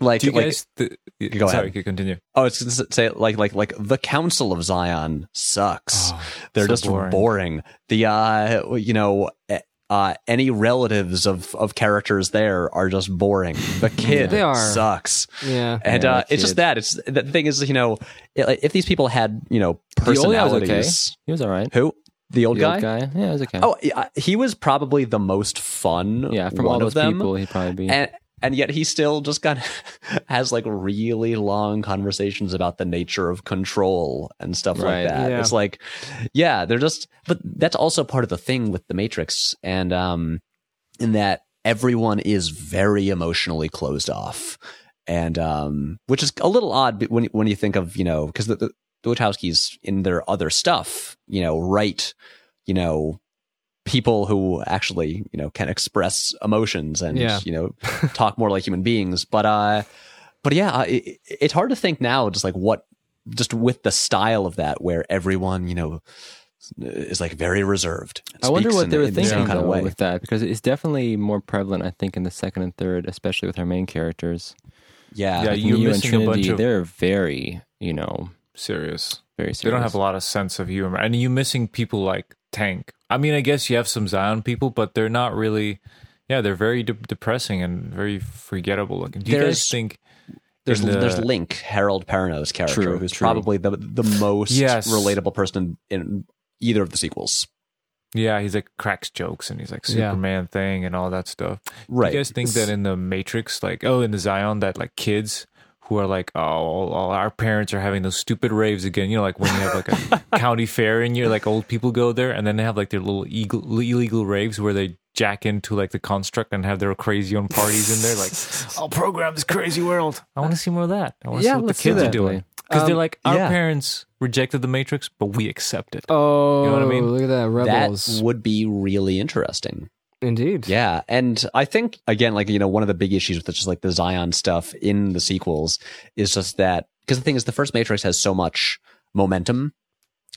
S5: Like
S4: Do you
S5: like,
S4: guys? th-
S5: Go
S4: sorry,
S5: ahead.
S4: you continue.
S5: Oh, it's gonna say like like like the Council of Zion sucks.
S3: Oh,
S5: They're
S4: so
S5: just
S4: boring.
S5: boring. The uh, you know, eh, uh, any relatives of of characters there are just boring. The kid
S1: They are.
S5: sucks,
S1: Yeah.
S5: and
S3: Yeah,
S5: uh,
S3: the
S5: it's just
S3: kid.
S5: that. It's the thing is, you know, i- if these people had you know
S3: The old guy was okay.
S5: personalities,
S3: He was all right.
S5: who the old
S3: the
S5: guy?
S3: old guy? Yeah, he was okay.
S5: Oh, yeah, he was probably the most fun.
S3: yeah, from
S5: one
S3: all those
S5: of them
S3: people, he'd probably be.
S5: and and yet he still just got has like really long conversations about the nature of control and stuff
S3: Right.
S5: like that.
S1: Yeah.
S5: It's like, yeah, they're just. But that's also part of the thing with the Matrix, and um, in that everyone is very emotionally closed off, and um, which is a little odd but when when you think of you know because the, the, the Wachowskis in their other stuff, you know, write, you know. People who actually, you know, can express emotions and
S1: Yeah.
S5: you know talk more like human beings but uh but yeah I- it, it's hard to think now just like what just with the style of that where everyone you know is like very reserved and
S3: I wonder
S5: speaks
S3: what
S5: in
S3: they
S5: the-
S3: were
S5: in
S3: thinking
S5: the same kind of
S3: though,
S5: way
S3: with that because it's definitely more prevalent, I think, in the second and third, especially with our main characters.
S5: yeah,
S4: Yeah,
S3: Like Neo
S4: you're
S3: and
S4: missing a
S3: Trinity,
S4: bunch of-
S3: they're very, you know,
S4: Serious.
S3: very serious.
S4: They don't have a lot of sense of humor, and you're missing people like Tank. I mean, I guess you have some Zion people, but they're not really. Yeah, they're very de- depressing and very forgettable looking. Do you
S5: There's-
S4: guys think?
S5: there's
S4: in the-
S5: there's link harold perrineau's character
S3: True,
S5: who's
S3: true.
S5: probably the the most
S4: Yes.
S5: relatable person in, in either of the sequels
S4: Yeah, he's like cracks jokes and he's like
S1: Yeah.
S4: Superman thing and all that stuff.
S5: right
S4: Do you guys think that in the Matrix, like oh, in the Zion, that like kids who are like, oh, all- all our parents are having those stupid raves again. You know, like when you have like a county fair and you're like old people go there and then they have like their little eagle, illegal raves where they jack into like the construct and have their crazy own parties in there. Like, I'll program this crazy world. I want to see more of that. I want to
S1: Yeah,
S4: see what the
S1: let's do
S4: kids are
S1: that.
S4: doing because they're
S1: Um,
S4: like our
S5: yeah.
S4: parents rejected the Matrix, but we accept it.
S1: Oh,
S4: You know what I mean?
S1: look at that
S5: that
S1: rebels.
S5: would be really interesting
S1: Indeed.
S5: Yeah, and I think again, like you know, one of the big issues with just like the Zion stuff in the sequels is just that because the thing is, the first Matrix has so much momentum,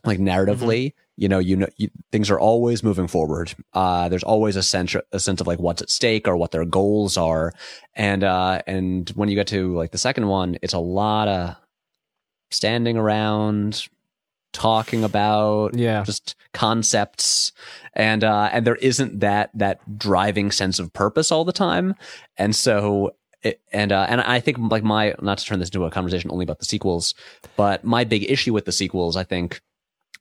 S5: like narratively. You know, you know, you, things are always moving forward. Uh, there's always a sense, a sense of like what's at stake or what their goals are, and uh, and when you get to like the second one, it's a lot of standing around, talking about
S1: Yeah.
S5: just concepts and uh and there isn't that that driving sense of purpose all the time and so it, and uh and i think like my not to turn this into a conversation only about the sequels but my big issue with the sequels i think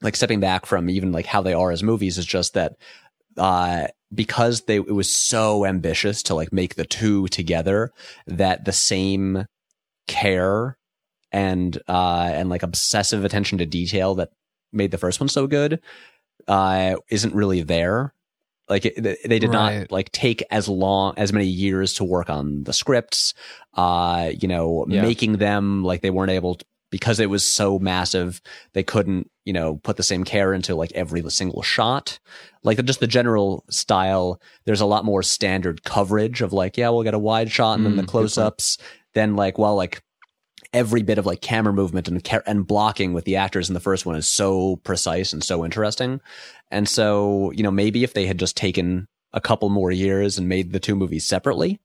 S5: like stepping back from even like how they are as movies is just that uh because they it was so ambitious to like make the two together that the same care and uh and like obsessive attention to detail that made the first one so good uh isn't really there like it, they- they did
S1: Right.
S5: not like take as long as many years to work on the scripts uh you know
S3: Yeah.
S5: making them like they weren't able to, because it was so massive they couldn't you know put the same care into like every single shot like just the general style there's a lot more standard coverage of like yeah we'll get a wide shot and
S3: Mm,
S5: then
S3: good
S5: the close-ups then like well like every bit of like camera movement and ca- and blocking with the actors in the first one is so precise and so interesting and so you know maybe if they had just taken a couple more years and made the two movies separately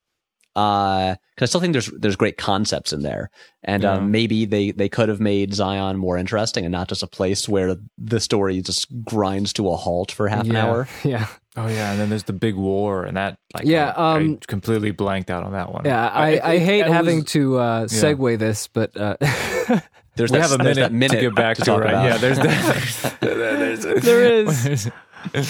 S5: because I still think there's there's great concepts in there, and uh,
S4: Yeah.
S5: maybe they they could have made Zion more interesting and not just a place where the story just grinds to a halt for half an
S1: Yeah.
S5: hour.
S1: Yeah.
S4: Oh yeah, and then there's the big war and that. Like,
S1: Yeah,
S4: I,
S1: um,
S4: I completely blanked out on that one.
S1: Yeah, I, I,
S4: think
S1: hate
S4: that
S1: having
S4: was-
S1: to uh, segue this, but uh,
S5: There's
S4: We
S5: that,
S4: have a
S5: there's
S4: minute,
S5: that minute
S4: to get back to,
S5: talk
S4: right.
S5: about.
S4: Yeah, there's that. there's,
S1: there is.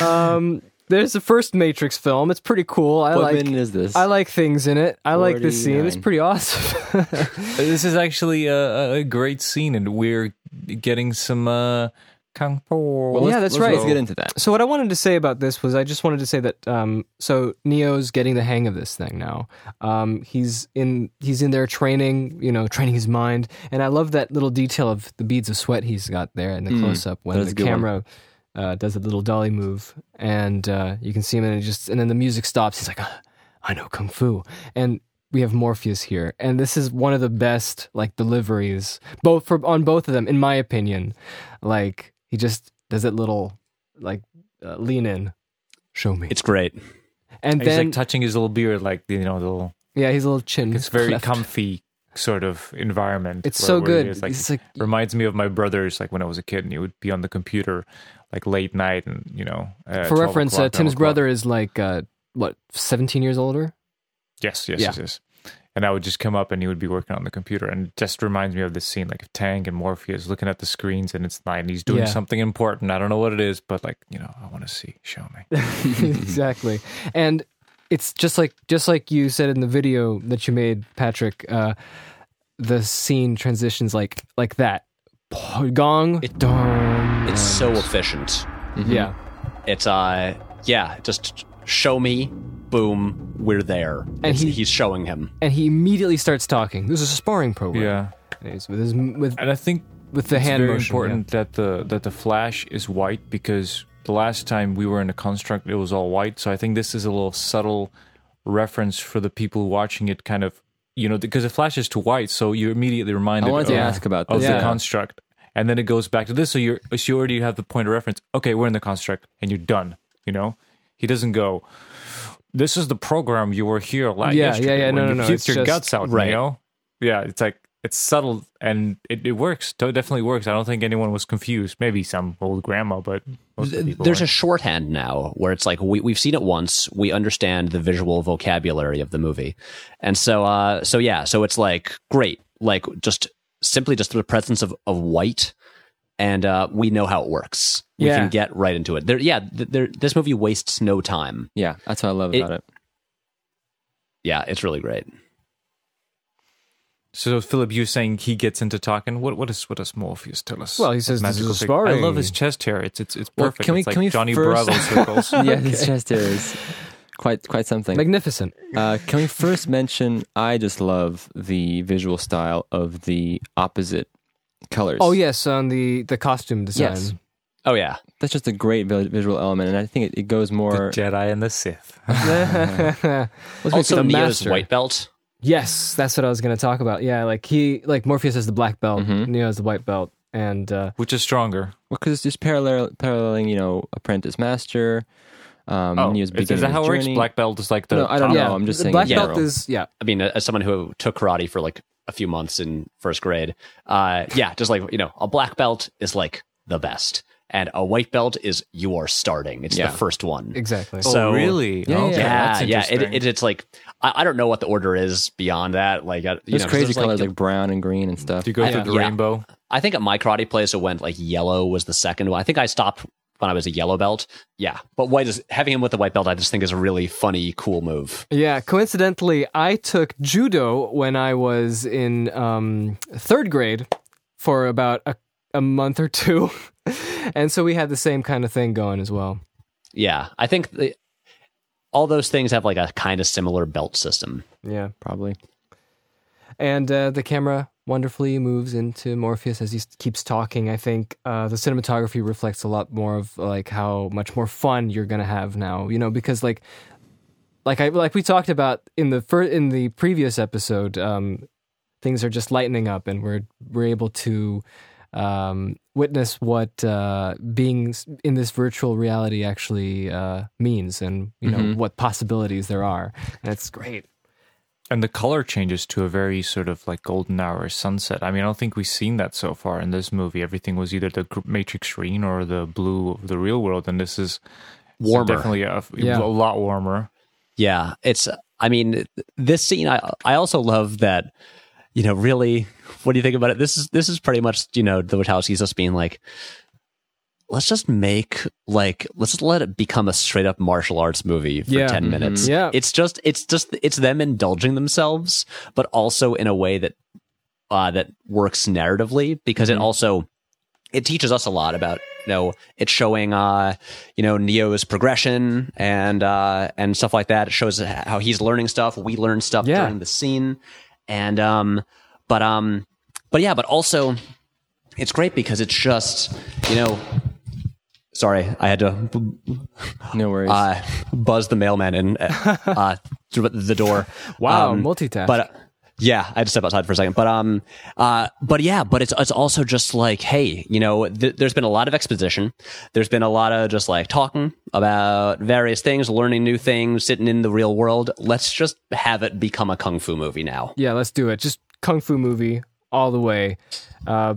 S1: Um, there's the first Matrix film. It's pretty cool. I
S3: what
S1: like.
S3: minute is this?
S1: I like things in it. I like this scene. It's
S3: 49.
S1: pretty awesome.
S4: This is actually a, a great scene, and we're getting some uh, kung fu.
S3: Well, let's-
S1: Yeah, that's
S3: let's-
S1: right.
S3: Let's get into that.
S1: so what I wanted to say about this was I just wanted to say that um, so Neo's getting the hang of this thing now. Um, he's in he's in there training, you know, training his mind, and I love that little detail of the beads of sweat he's got there in the close up when
S3: that
S1: the
S3: is Hmm. a good one.
S1: camera uh, does a little dolly move, and uh, you can see him, and it just and then the music stops. He's like, "Ah, I know kung fu, and we have Morpheus here, and this is one of the best like deliveries, both for on both of them, in my opinion. Like he just does that little like uh, lean in, show me,
S5: It's great.
S1: and
S4: he's
S1: then
S4: like touching his little beard, like you know, the little.
S1: yeah, his little chin.
S4: It's very
S1: cleft.
S4: comfy sort of environment.
S1: It's
S4: where-
S1: so
S4: where
S1: good.
S4: It's like,
S1: It's like-
S4: reminds me of my brother's, like when I was a kid, and he would be on the computer, like late night, and you know. Uh,
S1: For
S4: 12
S1: reference, uh,
S4: o'clock, 12
S1: Tim's
S4: o'clock.
S1: brother is like uh, what seventeen years older.
S4: Yes, yes,
S1: Yeah.
S4: yes, yes. And I would just come up and he would be working on the computer. And it just reminds me of this scene, like of Tang and Morpheus looking at the screens and it's nine. He's doing
S1: Yeah.
S4: something important. I don't know what it is, but like, you know, I want to see. Show me.
S1: exactly and it's just like just like you said in the video that you made patrick uh the scene transitions like like that gong
S5: It-
S1: dong.
S5: It's
S4: Mm.
S5: so efficient.
S1: yeah
S4: mm-hmm.
S5: It's uh yeah, just show me, boom, we're there. And
S1: he-
S5: he's showing him.
S1: and he immediately starts talking this is a sparring program
S4: Yeah.
S1: And he's with his with
S4: And I think
S1: with the
S4: it's
S1: hand
S4: very
S1: motion,
S4: important that the that the flash is white because the last time we were in a construct it was all white. So I think this is a little subtle reference for the people watching it kind of you know, because the flash is to white, so you're immediately reminded
S3: I wanted to
S4: of-
S3: ask about
S4: of
S3: this.
S4: the
S1: Yeah.
S4: construct, and then it goes back to this. So you're so you already have the point of reference. Okay, we're in the construct, and you're done. You know, he doesn't go. This is the program you were here like
S1: Yeah, yeah, yeah, no, no, no,
S4: Puke
S1: it's
S4: your
S1: just-
S4: guts out,
S5: right.
S4: you know. Yeah, it's like it's subtle and it, it works. It definitely works. I don't think anyone was confused. Maybe some old grandma, but most of the people.
S5: There's a
S4: weren't.
S5: shorthand now where it's like we, we've seen it once, we understand the visual vocabulary of the movie. And so uh so yeah, so it's like great. Like just simply just the presence of, of white and uh we know how it works. We
S1: Yeah.
S5: can get right into it. There yeah, th- there this movie wastes no time.
S3: Yeah, that's what I love
S5: It-
S3: about it.
S5: Yeah, it's really great.
S4: so Philip, you're saying he gets into talking. What what does what does Morpheus tell us?
S1: Well, he
S4: His
S1: says this is
S4: magical
S1: a
S4: sig- I love
S1: sparring-
S4: his chest hair. It's it's it's
S3: Well,
S4: perfect.
S3: can we-
S4: it's like
S3: can we
S4: Johnny
S3: first-
S4: Bravo circles.
S3: Yeah, his chest hair is quite quite something.
S1: magnificent
S3: Uh, can we first mention? I just love the visual style of the opposite colors.
S1: oh yes on the the costume design
S3: Yes.
S5: Oh yeah.
S3: that's just a great vi- visual element, and I think it, it goes more.
S4: Jedi and the Sith.
S3: Let's make
S5: Also
S1: the
S5: Neo's
S1: master.
S5: white belt.
S1: yes that's what i was gonna talk about yeah like he like morpheus has the black belt
S3: Mm-hmm.
S1: neo has the white belt and uh
S4: Which is stronger?
S3: Well, because it's just parallel, paralleling, you know, apprentice master. Um, Neo's
S4: Oh, is is
S3: beginning
S4: that
S3: his
S4: how it works?
S3: journey.
S4: Black belt is like the.
S3: No, I don't
S4: top.
S3: know.
S1: yeah
S3: I'm just
S1: the
S3: saying
S1: black
S3: in
S1: belt
S3: general.
S1: is yeah
S5: I mean, as someone who took karate for like a few months in first grade, uh, yeah, just like you know, a black belt is like the best. And a white belt is you are starting. It's
S3: Yeah.
S5: the first one.
S1: Exactly.
S5: So-
S4: oh, really?
S3: Yeah,
S4: okay,
S5: Yeah,
S4: that's
S5: yeah. It,
S4: interesting.
S5: it, it's like I, I don't know what the order is beyond that. Like, I, you
S3: There's
S5: know, 'cause
S3: crazy
S5: there's,
S3: colors
S5: Like,
S3: like, brown and green and stuff.
S4: Do you go
S5: I-
S4: through the
S5: yeah.
S4: rainbow?
S5: I think at my karate place it went like yellow was the second one. I think I stopped when I was a yellow belt. Yeah, but white is having him with the white belt. I just think is a really funny, cool move.
S1: Yeah, coincidentally, I took judo when I was in um, third grade for about a, a month or two. and so we had the same kind of thing going as well.
S5: Yeah, I think the, all those things have like a kind of similar belt system.
S1: Yeah.
S3: Probably.
S1: And uh, the camera wonderfully moves into Morpheus as he s- keeps talking. I think uh, the cinematography reflects a lot more of like how much more fun you're gonna have now. You know, because like, like I like we talked about in the fir- in the previous episode, um, things are just lightening up, and we're we're able to um, witness what uh, being s- in this virtual reality actually uh, means, and you know what possibilities there are. And it's great.
S4: And the color changes to a very sort of like golden hour sunset. I mean, I don't think we've seen that so far in this movie. Everything was either the gr- Matrix green or the blue of the real world, and this is
S5: Warmer.
S4: definitely a,
S1: Yeah.
S4: a lot warmer.
S5: Yeah, it's. I mean, this scene. I I also love that. You know, really, what do you think about it? This is this is pretty much you know the Wachowskis just being like, let's just make like let's just let it become a straight up martial arts movie for
S1: Yeah.
S5: ten minutes.
S1: Yeah.
S5: it's just it's just it's them indulging themselves, but also in a way that uh, that works narratively because
S1: Mm-hmm.
S5: it also it teaches us a lot about you know it's showing uh you know neo's progression and uh and stuff like that it shows how he's learning stuff we learn stuff
S1: Yeah.
S5: during the scene and um but um but yeah but also it's great because it's just you know sorry i had to
S3: No worries.
S5: uh buzz the mailman in uh, uh through the door
S1: Wow,
S5: Um,
S1: multitask.
S5: but uh, yeah, I had to step outside for a second. But um, uh, but yeah, but it's it's also just like, hey, you know, th- there's been a lot of exposition. There's been a lot of just like talking about various things, learning new things, sitting in the real world. Let's just have it become a kung fu movie now.
S1: Yeah, let's do it. Just kung fu movie all the way. Uh,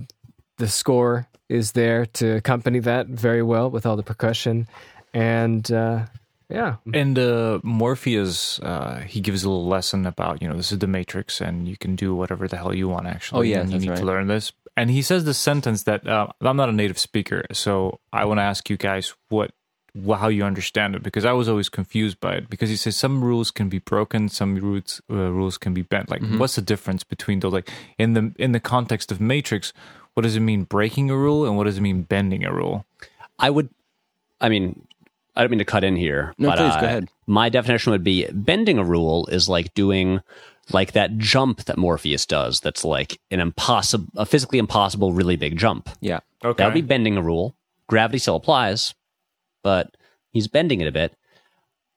S1: the score is there to accompany that very well with all the percussion, and uh, yeah,
S4: And uh, Morpheus, uh, he gives a little lesson about you know this is the Matrix, and you can do whatever the hell you want. Actually,
S3: Oh, yes,
S4: and you
S3: that's
S4: need to
S3: right.
S4: learn this. And he says this sentence that uh, I'm not a native speaker, so I want to ask you guys what wh- how you understand it because I was always confused by it because he says some rules can be broken, some rules uh, rules can be bent. Like,
S3: Mm-hmm.
S4: what's the difference between those? Like in the in the context of Matrix, what does it mean breaking a rule, and what does it mean bending a rule?
S5: I would, I mean, I don't mean to cut in here.
S3: No,
S5: but,
S3: please,
S5: uh,
S3: go ahead.
S5: My definition would be bending a rule is like doing like that jump that Morpheus does. That's like an impossible, a physically impossible, really big jump.
S3: yeah.
S4: Okay,
S5: That would be bending a rule. Gravity still applies, but he's bending it a bit.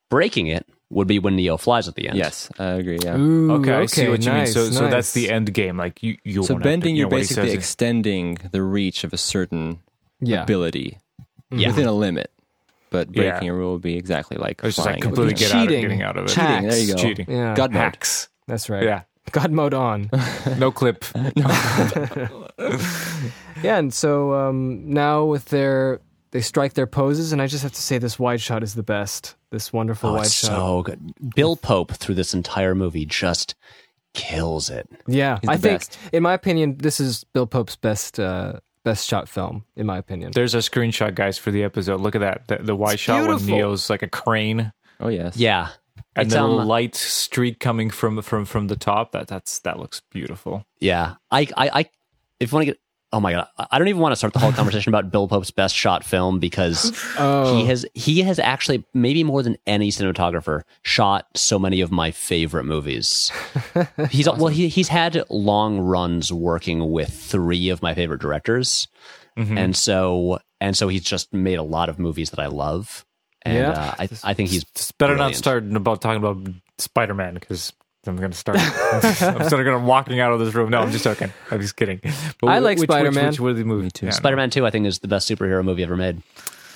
S5: Breaking it would be when Neo flies at the end.
S3: Yes, I agree. Yeah.
S1: Ooh,
S4: okay, I see what you
S1: nice,
S4: mean. So, so
S1: nice.
S4: that's the end game. Like you, you.
S3: So
S4: wanna-
S3: bending,
S4: you
S3: you're
S4: know, what he
S3: basically
S4: says is-
S3: extending the reach of a certain
S1: Yeah, Mm-hmm.
S3: ability
S5: Yeah.
S3: within a limit. But
S4: Yeah.
S3: breaking a rule would be exactly like
S4: "Oh, It's just
S3: flying.
S4: like
S3: It would
S4: completely
S3: be
S4: get out of
S1: Cheating.
S4: getting out of it.
S1: Cheating,
S3: there you go.
S4: Cheating.
S1: yeah,
S3: God mode.
S4: Hacks.
S1: that's right.
S4: Yeah.
S1: God mode on.
S4: No clip.
S1: yeah, and so um, now with their they strike their poses, and I just have to say this wide shot is the best. This wonderful
S5: Oh,
S1: wide
S5: it's
S1: shot.
S5: so good. Bill Pope through this entire movie just kills it.
S1: Yeah,
S3: the
S1: I think
S3: best.
S1: in my opinion, this is Bill Pope's best uh, best shot film. In my opinion,
S4: There's a screenshot, guys, for the episode. Look at that. The, the wide
S1: It's
S4: shot when
S1: beautiful.
S4: Neo's like a crane
S3: Oh yes.
S5: Yeah.
S4: and
S5: It's,
S4: the little
S5: um,
S4: light streak coming from from from the top. That that's that looks beautiful.
S5: Yeah. I, I, I if you want to get, oh my God, I- I don't even want to start the whole conversation about Bill Pope's best shot film because
S1: oh,
S5: he has, he has actually, maybe more than any cinematographer, shot so many of my favorite movies. He's, well, he, he's had long runs working with three of my favorite directors.
S1: Mm-hmm.
S5: and so and so he's just made a lot of movies that I love. And
S1: Yeah.
S5: uh, I, I think he's
S4: It's better
S5: brilliant.
S4: not start about talking about Spider Man because I'm gonna start. I'm sort of gonna walking out of this room. No, I'm just joking. I'm just kidding. But
S1: I
S4: wh-
S1: like
S4: which- which-
S1: Spider-Man.
S4: Which, were the movie? too.
S5: Spider-Man Two. I think is the best superhero movie ever made.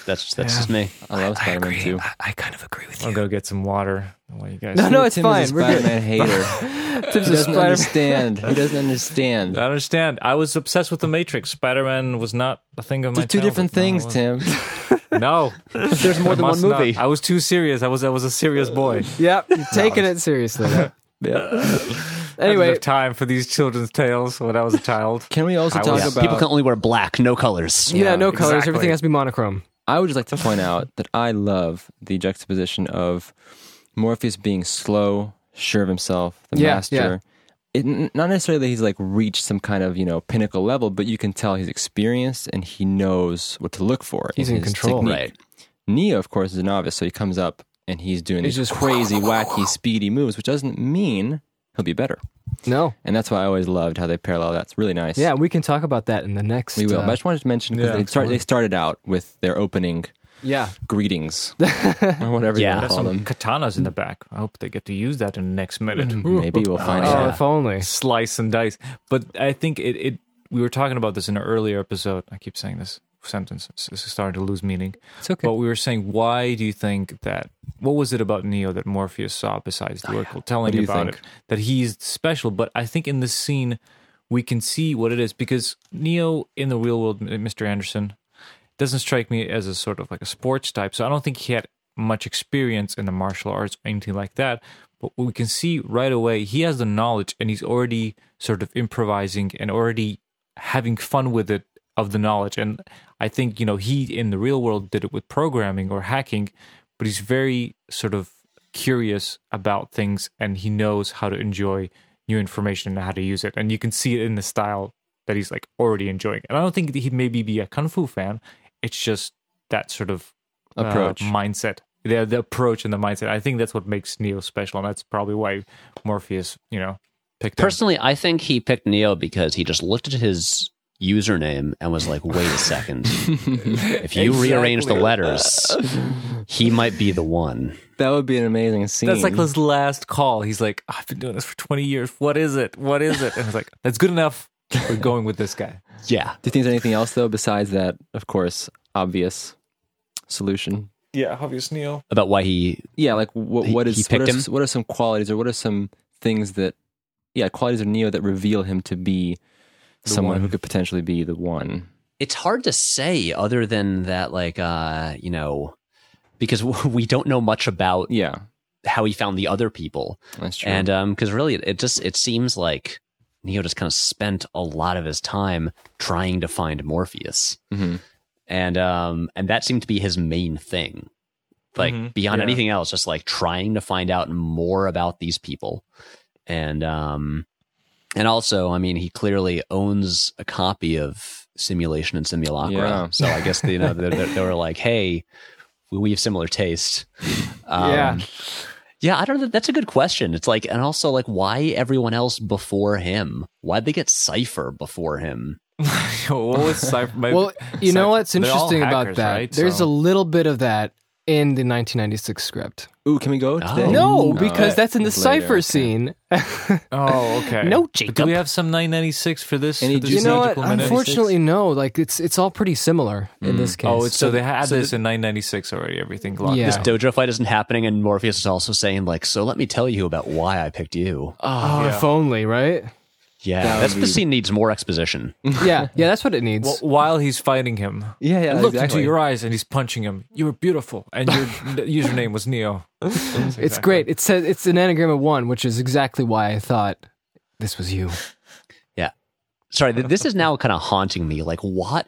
S5: That's just, that's just me.
S3: I love Spider Man too.
S1: kind of agree with
S4: I'll go get some water. While you guys
S1: No, no, it's
S3: Tim
S1: fine.
S3: is a
S1: We're
S3: Spider
S1: good.
S3: Man hater.
S1: Tim's a
S3: he doesn't
S1: Spider-Man.
S3: understand. He doesn't understand.
S4: I understand. I was obsessed with the Matrix. Spider Man was not a thing of my.
S3: They're two different things,
S4: childhood.
S3: Tim.
S4: No, it wasn't.
S5: There's
S4: no
S5: more than one
S4: must not.
S5: movie.
S4: I was too serious. I was I was a serious boy.
S1: Yep, you're taking it seriously.
S3: Yeah.
S4: I didn't
S1: Anyway,
S4: have time for these children's tales when I was a child.
S3: Can we also
S4: I
S3: talk
S4: was-
S3: about?
S5: People can only wear black, no colors.
S1: yeah, no colors.
S4: exactly.
S1: Everything has to be monochrome.
S3: I would just like to point out that I love the juxtaposition of Morpheus being slow, sure of himself, the
S1: Yeah,
S3: master.
S1: yeah.
S3: It, n- not necessarily that he's like reached some kind of you know pinnacle level, but you can tell he's experienced and he knows what to look for.
S1: He's in
S3: his
S1: control.
S3: technique.
S5: Right.
S3: Neo, of course, is a novice, so he comes up and he's doing
S1: He's
S3: these
S1: just-
S3: crazy, wacky, speedy moves, which doesn't mean he'll be better.
S1: No.
S3: And that's why I always loved how they parallel. That's really nice.
S1: Yeah, we can talk about that in the next.
S3: we will.
S1: uh,
S3: but I just wanted to mention because
S4: yeah,
S3: they, start, they started out with their opening
S1: yeah.
S3: greetings or whatever
S5: Yeah.
S3: you want to
S4: There's
S3: call
S4: some
S3: them.
S4: katanas in the back. I hope they get to use that in the next minute.
S3: Maybe we'll find
S1: Oh,
S3: out.
S1: if only.
S4: Slice and dice. But I think it, it. We were talking about this in an earlier episode. I keep saying this sentence. It's- This is starting to lose meaning.
S1: It's okay.
S4: But we were saying, why do you think that? What was it about Neo that Morpheus saw besides the Oracle telling
S3: do you
S4: about
S3: think?
S4: it that he's special? But I think in this scene, we can see what it is because Neo in the real world, M- Mr. Anderson, doesn't strike me as a sort of like a sports type. So I don't think he had much experience in the martial arts or anything like that. But we can see right away he has the knowledge and he's already sort of improvising and already having fun with it of the knowledge. And I think, you know, he in the real world did it with programming or hacking, but he's very sort of curious about things and he knows how to enjoy new information and how to use it. And you can see it in the style that he's like already enjoying. And I don't think that he'd maybe be a kung fu fan. It's just that sort of uh,
S3: Approach.
S4: mindset. The, the approach and the mindset. I think that's what makes Neo special, and that's probably why Morpheus, you know, picked him.
S5: Personally, I think he picked Neo because he just looked at his username and was like, wait a second. if you rearrange the letters, he might be the one.
S3: that would be an amazing scene.
S4: That's like his last call. He's like, I've been doing this for 20 years. What is it? What is it? And it's like, that's good enough. We're going with this guy.
S5: Yeah.
S3: Do you think there's anything else though besides that? Of course, obvious solution.
S4: Yeah, obvious Neil.
S5: About why he
S3: Yeah, like what
S5: He-
S3: what
S5: he
S3: is
S5: picked
S3: what are,
S5: him?
S3: s- what are some qualities or what are some things that yeah qualities of Neo that reveal him to be someone
S4: one.
S3: who could potentially be the one.
S5: it's hard to say other than that like uh you know because we don't know much about
S3: Yeah,
S5: how he found the other people
S3: that's true.
S5: and um because really it just it seems like neo just kind of spent a lot of his time trying to find morpheus
S3: Mhm.
S5: and um and that seemed to be his main thing like
S4: Mhm,
S5: beyond
S4: yeah.
S5: anything else just like trying to find out more about these people and um and also i mean he clearly owns a copy of simulation and simulacra
S3: Yeah.
S5: so i guess you know they, they, they were like hey we, we have similar taste um,
S1: Yeah.
S5: yeah i don't know that's a good question it's like and also like why everyone else before him why'd they get cypher before him
S4: what was Cypher? my-
S1: Well, you know
S4: Cypher-
S1: what's
S4: they're all
S1: interesting about
S4: hackers,
S1: that?
S4: right?
S1: There's
S4: So-
S1: a little bit of that in the 1996 script.
S3: Ooh, can we go today?
S1: No,
S5: Oh. No,
S1: because that's in the
S3: later,
S1: cipher
S3: okay.
S1: scene.
S4: Oh, okay.
S1: No,
S4: But Do
S1: Jacob.
S4: we have some 996 for this?
S3: Any
S4: for this
S3: juice?
S1: you know what?
S4: magical minute?
S1: Unfortunately, no. Like it's it's all pretty similar in this case.
S4: Oh, it's, so, they had
S5: so
S4: this in 996 already, everything locked
S1: Yeah.
S5: this
S3: Oh.
S4: down.
S5: dojo fight isn't happening and morpheus is also saying like so let me tell you about why i picked you
S1: oh, if only, right?
S5: yeah
S3: That
S5: that's
S3: would
S5: the
S3: be-
S5: scene needs more exposition
S1: Yeah, yeah, that's what it needs.
S4: Wh- While he's fighting him,
S3: Yeah, yeah,
S4: I looked
S3: exactly.
S4: into your eyes and he's punching him. You were beautiful, and your username was Neo.
S1: It's great. It says it's an anagram of one, which is exactly why I thought this was you.
S5: sorry th- this is now kind of haunting me like what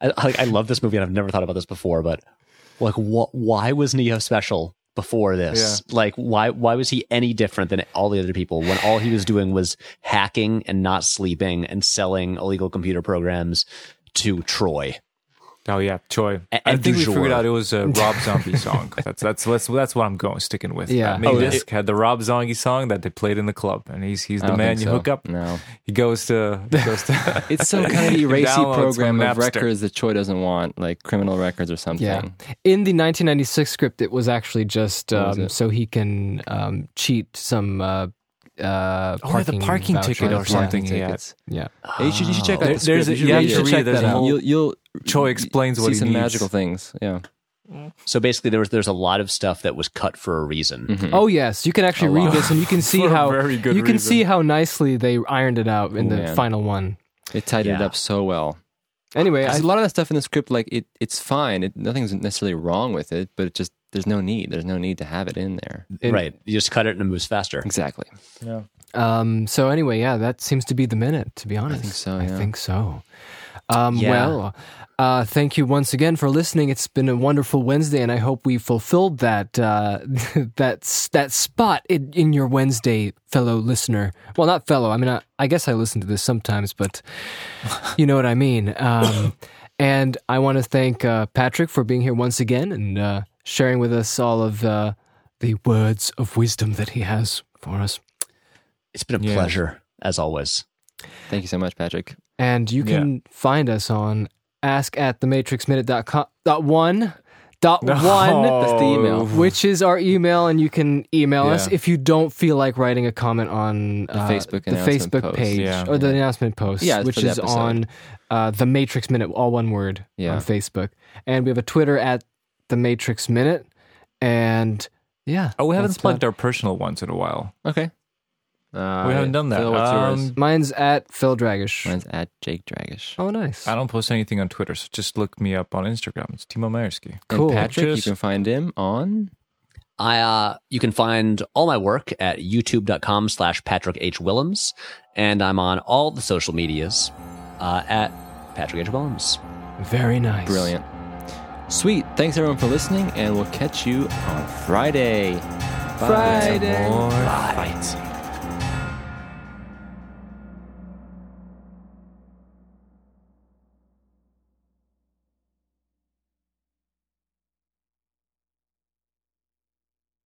S5: I, like, I love this movie and i've never thought about this before but like what why was neo special before this like why why was he any different than all the other people when all he was doing was hacking and not sleeping and selling illegal computer programs to troy
S4: Oh yeah, Choi.
S5: A-
S4: I
S5: and
S4: think we
S5: du
S4: figured
S5: jour.
S4: out it was a Rob Zombie song. That's that's that's, that's what I'm going sticking with.
S1: Yeah.
S4: Uh, maybe
S5: Oh,
S4: this had the Rob Zombie song that they played in the club, and he's he's
S3: I
S4: the
S3: don't
S4: man
S3: think
S4: you
S3: so.
S4: hook up.
S3: No,
S4: He goes to he goes to.
S3: it's some kind of racy
S4: Downloads from
S3: program of
S4: Napster.
S3: records that Choi doesn't want, like criminal records or something.
S1: Yeah. In the 1996 script, it was actually just
S3: What was
S1: um,
S3: it?
S1: so he can um, cheat some uh, uh,
S4: Oh, yeah, the parking ticket
S1: vouchers.
S4: or something,
S1: Yeah,
S4: yeah.
S3: tickets.
S1: yeah.
S3: You should, you should check out
S4: There-
S3: the
S4: there's
S3: script.
S4: a-
S3: you should
S4: yeah,
S3: read
S4: you
S3: it.
S4: should
S3: Check
S4: read it.
S3: that
S4: There's a
S3: out.
S4: whole-
S3: you'll, you'll
S4: Choi explains what
S3: see
S4: he
S3: some
S4: needs.
S3: magical things. Yeah.
S5: So basically, there was there's a lot of stuff that was cut for a reason.
S3: Mm-hmm.
S1: Oh yes, you can actually read this, and you can see
S4: For a
S1: how
S4: very good
S1: you can
S4: reason.
S1: see how nicely they ironed it out in the
S3: Man.
S1: final one.
S3: It tied it
S5: Yeah.
S3: up so well.
S1: Anyway, I,
S3: There's a lot of that stuff in the script, like it, it's fine. It, nothing's necessarily wrong with it, but it just there's no need. There's no need to have it in there.
S1: in-
S5: right. You just cut it and it moves faster.
S3: Exactly.
S1: Um, so anyway, yeah, that seems to be the minute. To be honest,
S3: so,
S1: I
S3: yeah.
S1: think so. Um,
S5: Yeah.
S1: Well, uh, thank you once again for listening. It's been a wonderful Wednesday, and I hope we fulfilled that uh, that s- that spot in, in your Wednesday, fellow listener. Well, not fellow. I mean, I, I guess I listen to this sometimes, but you know what I mean. Um, and I want to thank uh, Patrick for being here once again and uh, sharing with us all of uh, the words of wisdom that he has for us.
S5: It's been a
S4: Yeah.
S5: pleasure as always.
S3: Thank you so much, Patrick.
S1: And you can find us on ask at the matrixminute.com dot one dot
S4: No.
S1: one
S4: That's the email.
S1: which is our email and you can email us
S4: Yeah.
S1: if you don't feel like writing a comment on uh,
S3: The Facebook
S1: the
S3: announcement
S1: facebook
S3: post.
S1: page
S4: Yeah.
S1: or the announcement post
S3: Yeah, it's
S1: which
S3: for the
S1: is
S3: episode.
S1: on uh, the matrix minute all one word
S3: Yeah.
S1: on facebook and we have a twitter at the matrix minute and yeah
S4: Oh, we haven't
S1: that's
S4: plugged
S1: about-
S4: our personal ones in a while.
S3: Okay. Uh,
S4: we haven't done that.
S3: Phil, what's yours?
S4: Um,
S1: mine's at phil dragish
S3: Mine's at Jake Dragish.
S1: oh nice
S4: I don't post anything on Twitter, so just look me up on Instagram. It's Timo Mayersky.
S1: cool.
S3: And Patrick,
S4: Just-
S3: you can find him on.
S5: I uh, you can find all my work at youtube.com slash Patrick H. Willems, and I'm on all the social medias uh, at Patrick H. Willems.
S1: very nice
S3: Brilliant. Sweet. Thanks everyone for listening, and we'll catch you on Friday. Bye.
S1: Friday.
S4: More
S5: Bye.